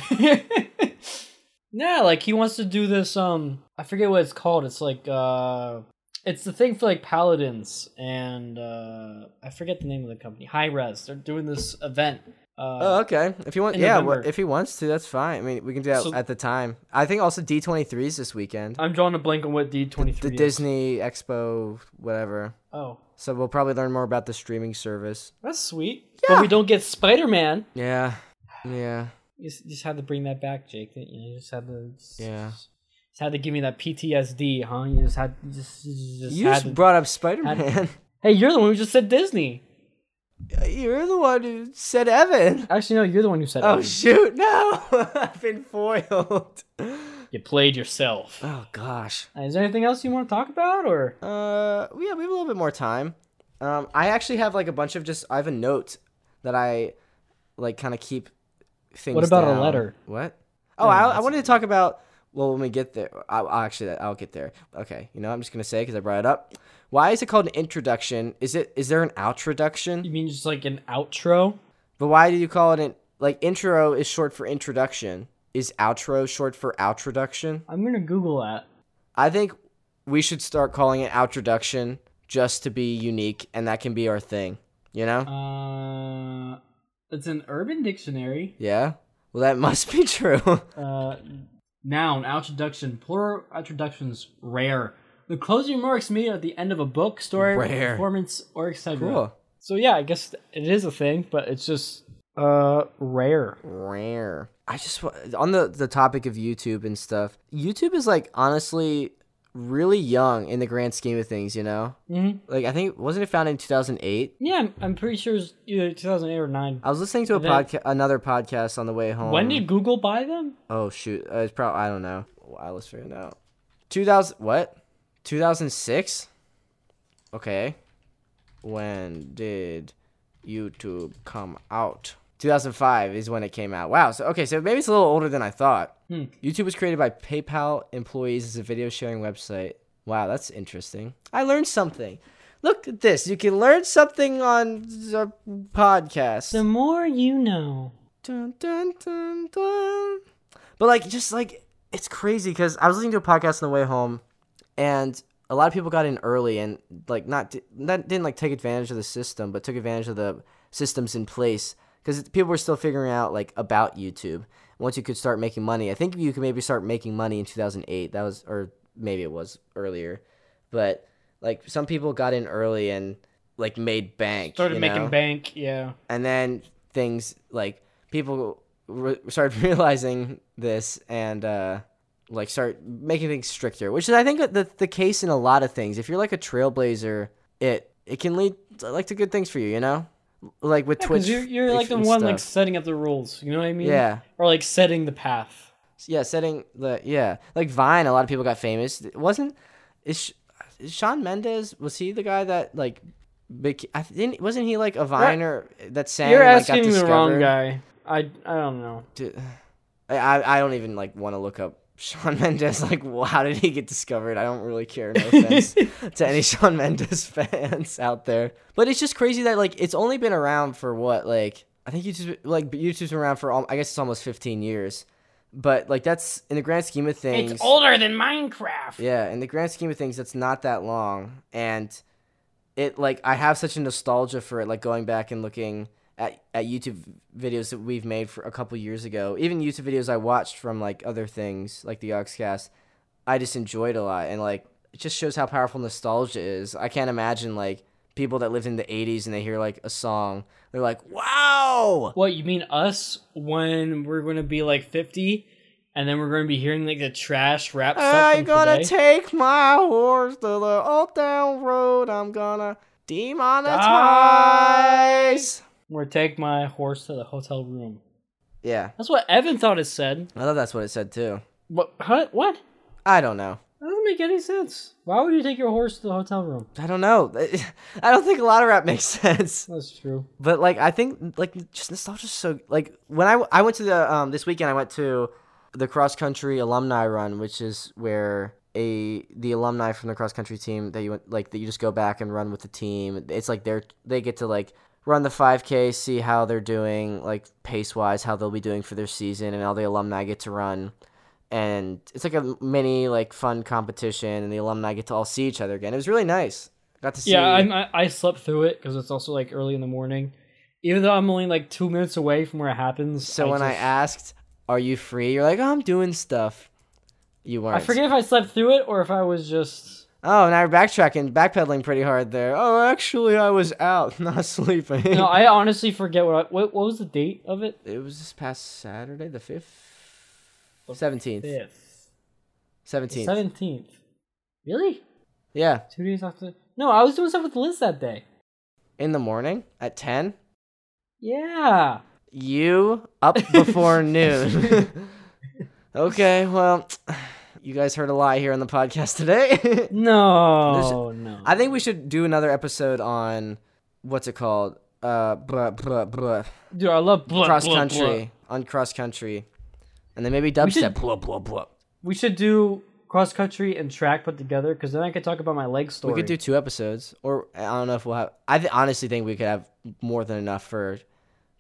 Speaker 2: yeah, like he wants to do this. Um, I forget what it's called. It's like uh, it's the thing for like paladins and uh, I forget the name of the company. High Res. They're doing this event. Uh,
Speaker 1: Oh, okay. If he wants,
Speaker 2: in
Speaker 1: yeah. wha-
Speaker 2: November.
Speaker 1: If he wants to, that's fine. I mean, we can do that
Speaker 2: So-
Speaker 1: at the time. I think also D 23s this weekend.
Speaker 2: I'm drawing a blank on what D twenty
Speaker 1: the
Speaker 2: three.
Speaker 1: Disney Expo, whatever.
Speaker 2: Oh,
Speaker 1: So we'll probably learn more about the streaming service.
Speaker 2: that's sweet.
Speaker 1: Yeah.
Speaker 2: But we don't get Spider Man.
Speaker 1: Yeah. Yeah.
Speaker 2: You s- you just had to bring that back, Jake. didn't You You just had to. just-
Speaker 1: Yeah.
Speaker 2: Just had to give me that PTSD, huh? You just had. You just, you just
Speaker 1: You
Speaker 2: had
Speaker 1: just
Speaker 2: to-
Speaker 1: brought up Spider Man.
Speaker 2: hey, you're the one who just said Disney.
Speaker 1: You're the one who said Evan.
Speaker 2: Actually, no, you're the one who said.
Speaker 1: Oh,
Speaker 2: Evan.
Speaker 1: shoot. No. I've been foiled.
Speaker 2: You played yourself.
Speaker 1: Oh, gosh.
Speaker 2: Is there anything else you want to talk about, or
Speaker 1: Uh, yeah, we have a little bit more time. Um, I actually have like a bunch of just, I have a note that I like kind of keep things
Speaker 2: What about a
Speaker 1: down.
Speaker 2: letter?
Speaker 1: What? Oh,
Speaker 2: No,
Speaker 1: I, I
Speaker 2: that's
Speaker 1: wanted to talk about. Well, when we get there, I, I actually I'll get there. Okay, you know I'm just gonna say because I brought it up. Why is it called an introduction? Is it is there an outroduction?
Speaker 2: you mean just like an outro?
Speaker 1: But why do you call it an like intro is short for introduction? Is outro short for outroduction?
Speaker 2: I'm gonna Google that.
Speaker 1: I think we should start calling it outroduction just to be unique, and that can be our thing. You know?
Speaker 2: Uh, it's an Urban Dictionary.
Speaker 1: Yeah. Well, that must be true.
Speaker 2: Uh, noun, outroduction, plural introductions, rare. The closing remarks made at the end of a book, story,
Speaker 1: Rare.
Speaker 2: performance, or etc.
Speaker 1: cool.
Speaker 2: So yeah, I guess it is a thing, but it's just uh rare.
Speaker 1: rare. I just wa- on the the topic of YouTube and stuff. YouTube is like honestly really young in the grand scheme of things, you know?
Speaker 2: Mm-hmm.
Speaker 1: Like I think wasn't it founded in 2008?
Speaker 2: Yeah, I'm, I'm pretty sure it's either 2008 or nine.
Speaker 1: I was listening to a
Speaker 2: Then-
Speaker 1: podcast another podcast on the way home.
Speaker 2: when did Google buy them?
Speaker 1: Oh shoot. Uh, it's probably I don't know. Wow, let's figure it out. 2000 what? 2006? Okay. When did YouTube come out? 2005 is when it came out. Wow. So okay, so maybe it's a little older than I thought.
Speaker 2: Hmm.
Speaker 1: YouTube was created by PayPal employees as a video sharing website. Wow, that's interesting. I learned something. Look at this. You can learn something on the podcast.
Speaker 2: The more you know.
Speaker 1: Dun, dun, dun, dun. But like, just like it's crazy because I was listening to a podcast on the way home, and a lot of people got in early and like not that didn't like take advantage of the system, but took advantage of the systems in place because people were still figuring out like about YouTube. Once you could start making money, I think you could maybe start making money in 2008. That was or maybe it was earlier, but like some people got in early and like made bank.
Speaker 2: Started
Speaker 1: you
Speaker 2: making
Speaker 1: know?
Speaker 2: bank, yeah.
Speaker 1: and then things like people re- started realizing this and uh, like start making things stricter, which is I think the the case in a lot of things. If you're like a trailblazer, it it can lead to, like to good things for you, you know, like with Twitch.
Speaker 2: Because you're, you're like the
Speaker 1: and
Speaker 2: one like
Speaker 1: stuff.
Speaker 2: setting up the rules, you know what I mean?
Speaker 1: yeah,
Speaker 2: Or like setting the path.
Speaker 1: yeah, setting the yeah like Vine. A lot of people got famous. It wasn't is, Sh- is Sean Mendez? Was he the guy that like? Bec- I didn't, wasn't he like a viner that sang?
Speaker 2: you're
Speaker 1: and, like, got
Speaker 2: asking the wrong
Speaker 1: discovered?
Speaker 2: guy. I, I don't know.
Speaker 1: Dude, I I I don't even like want to look up Sean Mendes. Like, wh- how did he get discovered? I don't really care. No offense to any Sean Mendes fans out there, but it's just crazy that like it's only been around for what like I think YouTube like YouTube's been around for al- I guess it's almost 15 years, but like that's in the grand scheme of things.
Speaker 2: It's older than Minecraft.
Speaker 1: Yeah, in the grand scheme of things, that's not that long, and it like I have such a nostalgia for it, like going back and looking at at YouTube videos that we've made for a couple years ago, even YouTube videos I watched from like other things, like the Oxcast. I just enjoyed a lot, and like it just shows how powerful nostalgia is. I can't imagine like people that lived in the '80s and they hear like a song, they're like, "Wow!"
Speaker 2: What you mean us when we're gonna be like 50 and then we're going to be hearing like the trash rap stuff.
Speaker 1: I'm
Speaker 2: from
Speaker 1: gonna
Speaker 2: today.
Speaker 1: take my horse to the old town road. I'm gonna demonetize.
Speaker 2: or take my horse to the hotel room.
Speaker 1: Yeah,
Speaker 2: That's what Evan thought it said.
Speaker 1: I thought that's what it said too.
Speaker 2: What? Huh? What?
Speaker 1: I don't know.
Speaker 2: That doesn't make any sense. Why would you take your horse to the hotel room?
Speaker 1: I don't know. I don't think a lot of rap makes sense.
Speaker 2: That's true.
Speaker 1: But like, I think like just nostalgia's so like when I I went to the um this weekend I went to the cross country alumni run, which is where a the alumni from the cross country team that you went like that you just go back and run with the team. It's like they're they get to like run the 5k see how they're doing like pace wise how they'll be doing for their season and all the alumni get to run and it's like a mini like fun competition and the alumni get to all see each other again it was really nice got to see
Speaker 2: Yeah, I'm, I I slept through it because it's also like early in the morning. Even though I'm only like two minutes away from where it happens.
Speaker 1: So when I
Speaker 2: just-
Speaker 1: asked, "Are you free?" You're like, oh, "I'm doing stuff." You weren't.
Speaker 2: I forget if I slept through it or if I was just.
Speaker 1: Oh, now you're backtracking, backpedaling pretty hard there. Oh, actually, I was out, not sleeping.
Speaker 2: No, I honestly forget what I, what what was the date of it.
Speaker 1: it was this past Saturday, the fifth, seventeenth,
Speaker 2: Fifth,
Speaker 1: seventeenth.
Speaker 2: seventeenth. Really?
Speaker 1: Yeah,
Speaker 2: Two days after? No, I was doing stuff with Liz that day.
Speaker 1: in the morning at ten.
Speaker 2: Yeah.
Speaker 1: You up before noon. okay, well, you guys heard a lie here on the podcast today.
Speaker 2: No. no.
Speaker 1: I think we should do another episode on what's it called? Uh, blah, blah, blah.
Speaker 2: Dude, I love blah,
Speaker 1: cross
Speaker 2: blah,
Speaker 1: country
Speaker 2: blah.
Speaker 1: on cross country, and then maybe
Speaker 2: should-
Speaker 1: dubstep. Blah blah blah.
Speaker 2: We should do cross country and track put together because then I could talk about my leg story.
Speaker 1: We could do two episodes, or I don't know if we'll have. I th- honestly think we could have more than enough for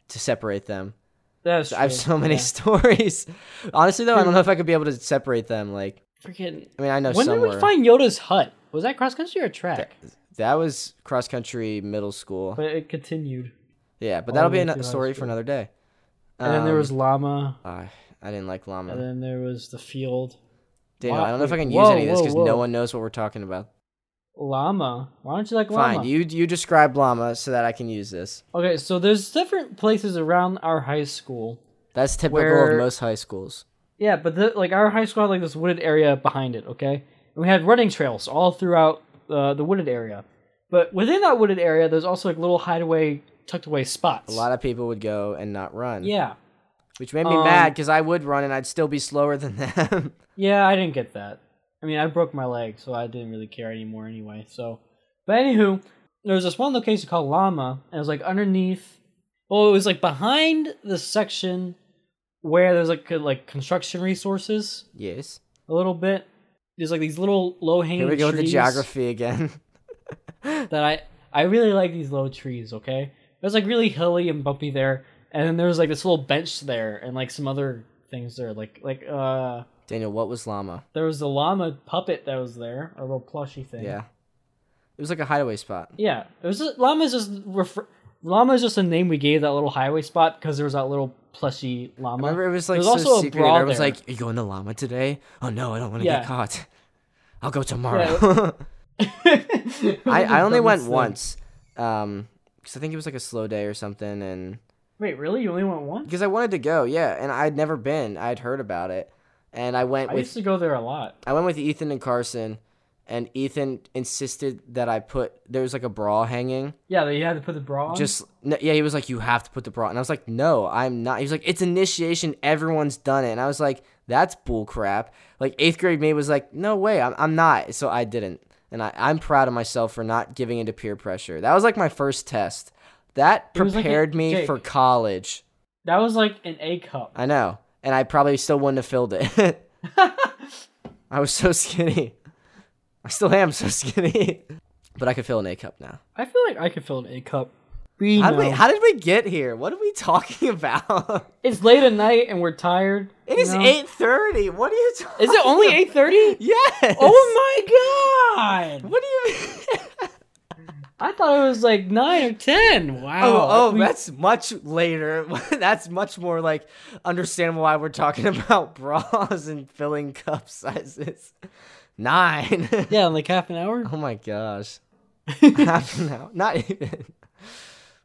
Speaker 1: to separate them.
Speaker 2: That's
Speaker 1: I have
Speaker 2: true.
Speaker 1: so many
Speaker 2: Yeah.
Speaker 1: stories. honestly, though, I don't know if I could be able to separate them. Like,
Speaker 2: Freaking.
Speaker 1: I mean, I know
Speaker 2: When
Speaker 1: some
Speaker 2: did
Speaker 1: were.
Speaker 2: we find Yoda's hut? Was that cross country or track?
Speaker 1: that was cross country middle school.
Speaker 2: But it continued.
Speaker 1: yeah, but that'll
Speaker 2: all the
Speaker 1: be
Speaker 2: way through
Speaker 1: a
Speaker 2: high
Speaker 1: story for
Speaker 2: school.
Speaker 1: another day.
Speaker 2: And then there
Speaker 1: Um,
Speaker 2: was llama.
Speaker 1: ah, I didn't like llama.
Speaker 2: And then there was the field.
Speaker 1: Daniel, I don't know if I can use
Speaker 2: Whoa,
Speaker 1: any of this
Speaker 2: whoa,
Speaker 1: because
Speaker 2: whoa.
Speaker 1: no one knows what we're talking about.
Speaker 2: Llama. Why don't you like llama?
Speaker 1: Fine, you you describe llama so that I can use this.
Speaker 2: Okay, so there's different places around our high school.
Speaker 1: That's typical
Speaker 2: Where-
Speaker 1: of most high schools.
Speaker 2: Yeah, but the, like our high school had like this wooded area behind it. Okay, and we had running trails all throughout uh, the wooded area. But within that wooded area, there's also like little hideaway, tucked away spots.
Speaker 1: A lot of people would go and not run,
Speaker 2: yeah,
Speaker 1: which made me
Speaker 2: Um,
Speaker 1: mad because I would run and I'd still be slower than them.
Speaker 2: yeah. I didn't get that. I mean, I broke my leg, so I didn't really care anymore anyway. So, but anywho, there was this one location called Llama, and it was like underneath. Well, it was like behind the section where there's like like construction resources.
Speaker 1: yes.
Speaker 2: a little bit. There's like these little low hanging
Speaker 1: Here
Speaker 2: trees.
Speaker 1: we go with the geography again.
Speaker 2: That I I really like these low trees. Okay, it was like really hilly and bumpy there, and then there was like this little bench there, and like some other things there. Like like uh,
Speaker 1: Daniel, what was llama?
Speaker 2: there was the llama puppet that was there, a little plushy thing.
Speaker 1: Yeah. It was like a hideaway spot.
Speaker 2: yeah. It was just, llama is just refer- llama is just a name we gave that little highway spot because there was that little plushy llama.
Speaker 1: Remember, it was like
Speaker 2: There's
Speaker 1: so
Speaker 2: also a
Speaker 1: secret.
Speaker 2: bra
Speaker 1: Everyone was
Speaker 2: there.
Speaker 1: like, "Are you going to llama today? Oh no, I don't want to
Speaker 2: Yeah.
Speaker 1: get caught. I'll go tomorrow." I, I only went once, um, because I think it was like a slow day or something, and
Speaker 2: Wait, really? You only went once?
Speaker 1: because I wanted to go, yeah, and I'd never been. I'd heard about it, and I went
Speaker 2: I
Speaker 1: with
Speaker 2: used to go there a lot.
Speaker 1: I went with Ethan and Carson, and Ethan insisted that I put there was like a bra hanging.
Speaker 2: Yeah, they had to put the bra on.
Speaker 1: Just no, yeah, he was like, "You have to put the bra," and I was like, "No, I'm not." He was like, "It's initiation. Everyone's done it," and I was like, "That's bull crap." Like eighth grade me was like, "No way, I'm I'm not." So I didn't, and I I'm proud of myself for not giving into peer pressure. That was like my first test. That
Speaker 2: It was like a-
Speaker 1: prepared me
Speaker 2: Jake.
Speaker 1: for college.
Speaker 2: That was like an A cup.
Speaker 1: I know, and I probably still wouldn't have filled it. I was so skinny. I still am so skinny. But I could fill an A cup now.
Speaker 2: I feel like I could fill an A cup. We
Speaker 1: How
Speaker 2: know.
Speaker 1: did, we, how did we get here? What are we talking about?
Speaker 2: it's late at night and we're tired.
Speaker 1: It is
Speaker 2: you know?
Speaker 1: eight thirty. What are you talking?
Speaker 2: Is it only
Speaker 1: about?
Speaker 2: eight thirty?
Speaker 1: Yes.
Speaker 2: Oh my god!
Speaker 1: What do you? mean?
Speaker 2: I thought it was like nine or ten. Wow.
Speaker 1: oh, oh,
Speaker 2: We-
Speaker 1: that's much later. that's much more like understandable why we're talking about bras and filling cup sizes. Nine.
Speaker 2: yeah, in like half an hour.
Speaker 1: Oh my gosh. Half an hour. Not even.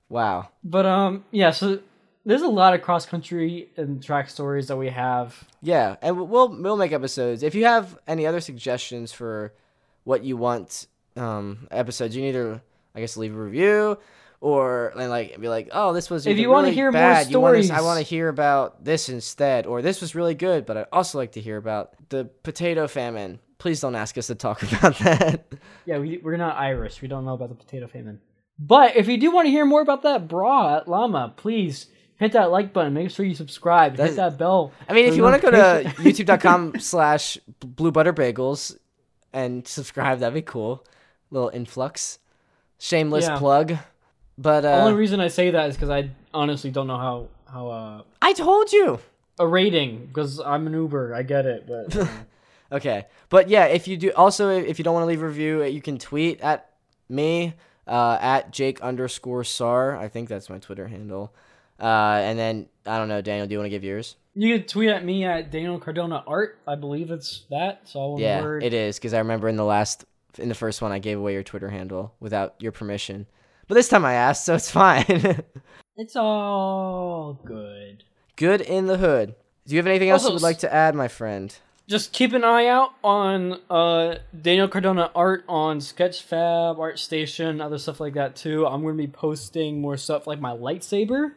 Speaker 1: Wow.
Speaker 2: But um, yeah. So there's a lot of cross country and track stories that we have.
Speaker 1: Yeah, and w- we'll we'll make episodes. If you have any other suggestions for what you want um, episodes, you need to I guess leave a review or and like be like, oh, this was
Speaker 2: If
Speaker 1: either
Speaker 2: you wanna
Speaker 1: really
Speaker 2: hear more
Speaker 1: bad, you want this- I
Speaker 2: stories."
Speaker 1: want to hear about this instead, or this was really good, but I'd also like to hear about the potato famine. Please don't ask us to talk about that.
Speaker 2: Yeah, we, we're not Irish. We don't know about the potato famine. But if you do want to hear more about that bra at llama, please hit that like button. Make sure you subscribe.
Speaker 1: That's-
Speaker 2: hit that bell.
Speaker 1: I mean, if
Speaker 2: for
Speaker 1: you want to go to
Speaker 2: notification.
Speaker 1: youtube.com slash blue butter bagels and subscribe, that'd be cool. Little influx. Shameless
Speaker 2: Yeah.
Speaker 1: plug. But uh,
Speaker 2: Only reason I say that is because I honestly don't know how how uh,
Speaker 1: I told you.
Speaker 2: a rating because I'm an Uber. I get it, but um,
Speaker 1: Okay. But yeah, if you do, also, if you don't want to leave a review, you can tweet at me uh, at Jake underscore SAR. I think that's my Twitter handle. Uh, and then, I don't know, Daniel, do you want to give yours?
Speaker 2: you can tweet at me at Daniel Cardona Art. I believe it's that. It's all one
Speaker 1: yeah,
Speaker 2: word.
Speaker 1: it is because I remember in the last, in the first one, I gave away your Twitter handle without your permission. But this time I asked, so it's fine.
Speaker 2: It's all good.
Speaker 1: Good in the hood. Do you have anything else
Speaker 2: Also,
Speaker 1: you would like to add, my friend?
Speaker 2: Just keep an eye out on uh, Daniel Cardona art on Sketchfab, ArtStation, other stuff like that too. I'm gonna be posting more stuff like my lightsaber.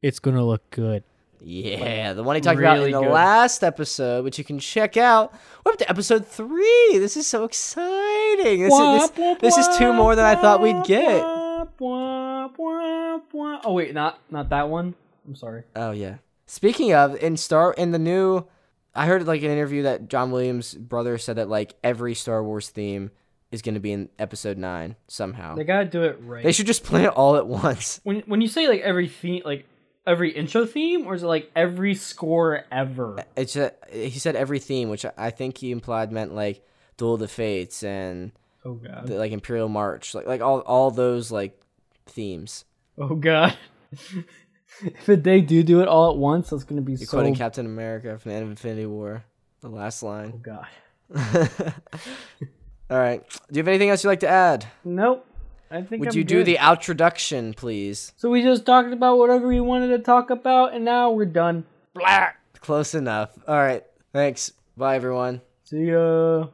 Speaker 2: It's gonna look good.
Speaker 1: Yeah, the one he talked about in
Speaker 2: really
Speaker 1: the
Speaker 2: good.
Speaker 1: last episode, which you can check out. We're up to episode three. This is so exciting. This, is, this, this is two more than I thought we'd get.
Speaker 2: Oh wait, not not that one. I'm sorry.
Speaker 1: Oh yeah. Speaking of, in Star in the new, I heard like an interview that John Williams' brother said that like every Star Wars theme is going to be in episode nine somehow.
Speaker 2: They gotta do it right.
Speaker 1: They should just play it all at once.
Speaker 2: when when you say like every theme, like every intro theme, or is it like every score ever?
Speaker 1: It's a, he said every theme, which I- I think he implied meant like Duel of the Fates and
Speaker 2: Oh god.
Speaker 1: the, like Imperial March, like like all all those like themes,
Speaker 2: Oh god. if they do do it all at once, that's gonna be so.
Speaker 1: quoting Captain America from the end of Infinity War, the last
Speaker 2: oh
Speaker 1: line.
Speaker 2: god. Oh.
Speaker 1: all right. Do you have anything else you'd like to add?
Speaker 2: Nope. I think.
Speaker 1: Would
Speaker 2: I'm
Speaker 1: you do
Speaker 2: good.
Speaker 1: the outroduction, please?
Speaker 2: So we just talked about whatever we wanted to talk about, and now we're done. Blah.
Speaker 1: Close enough. All right. Thanks. Bye, everyone.
Speaker 2: See ya.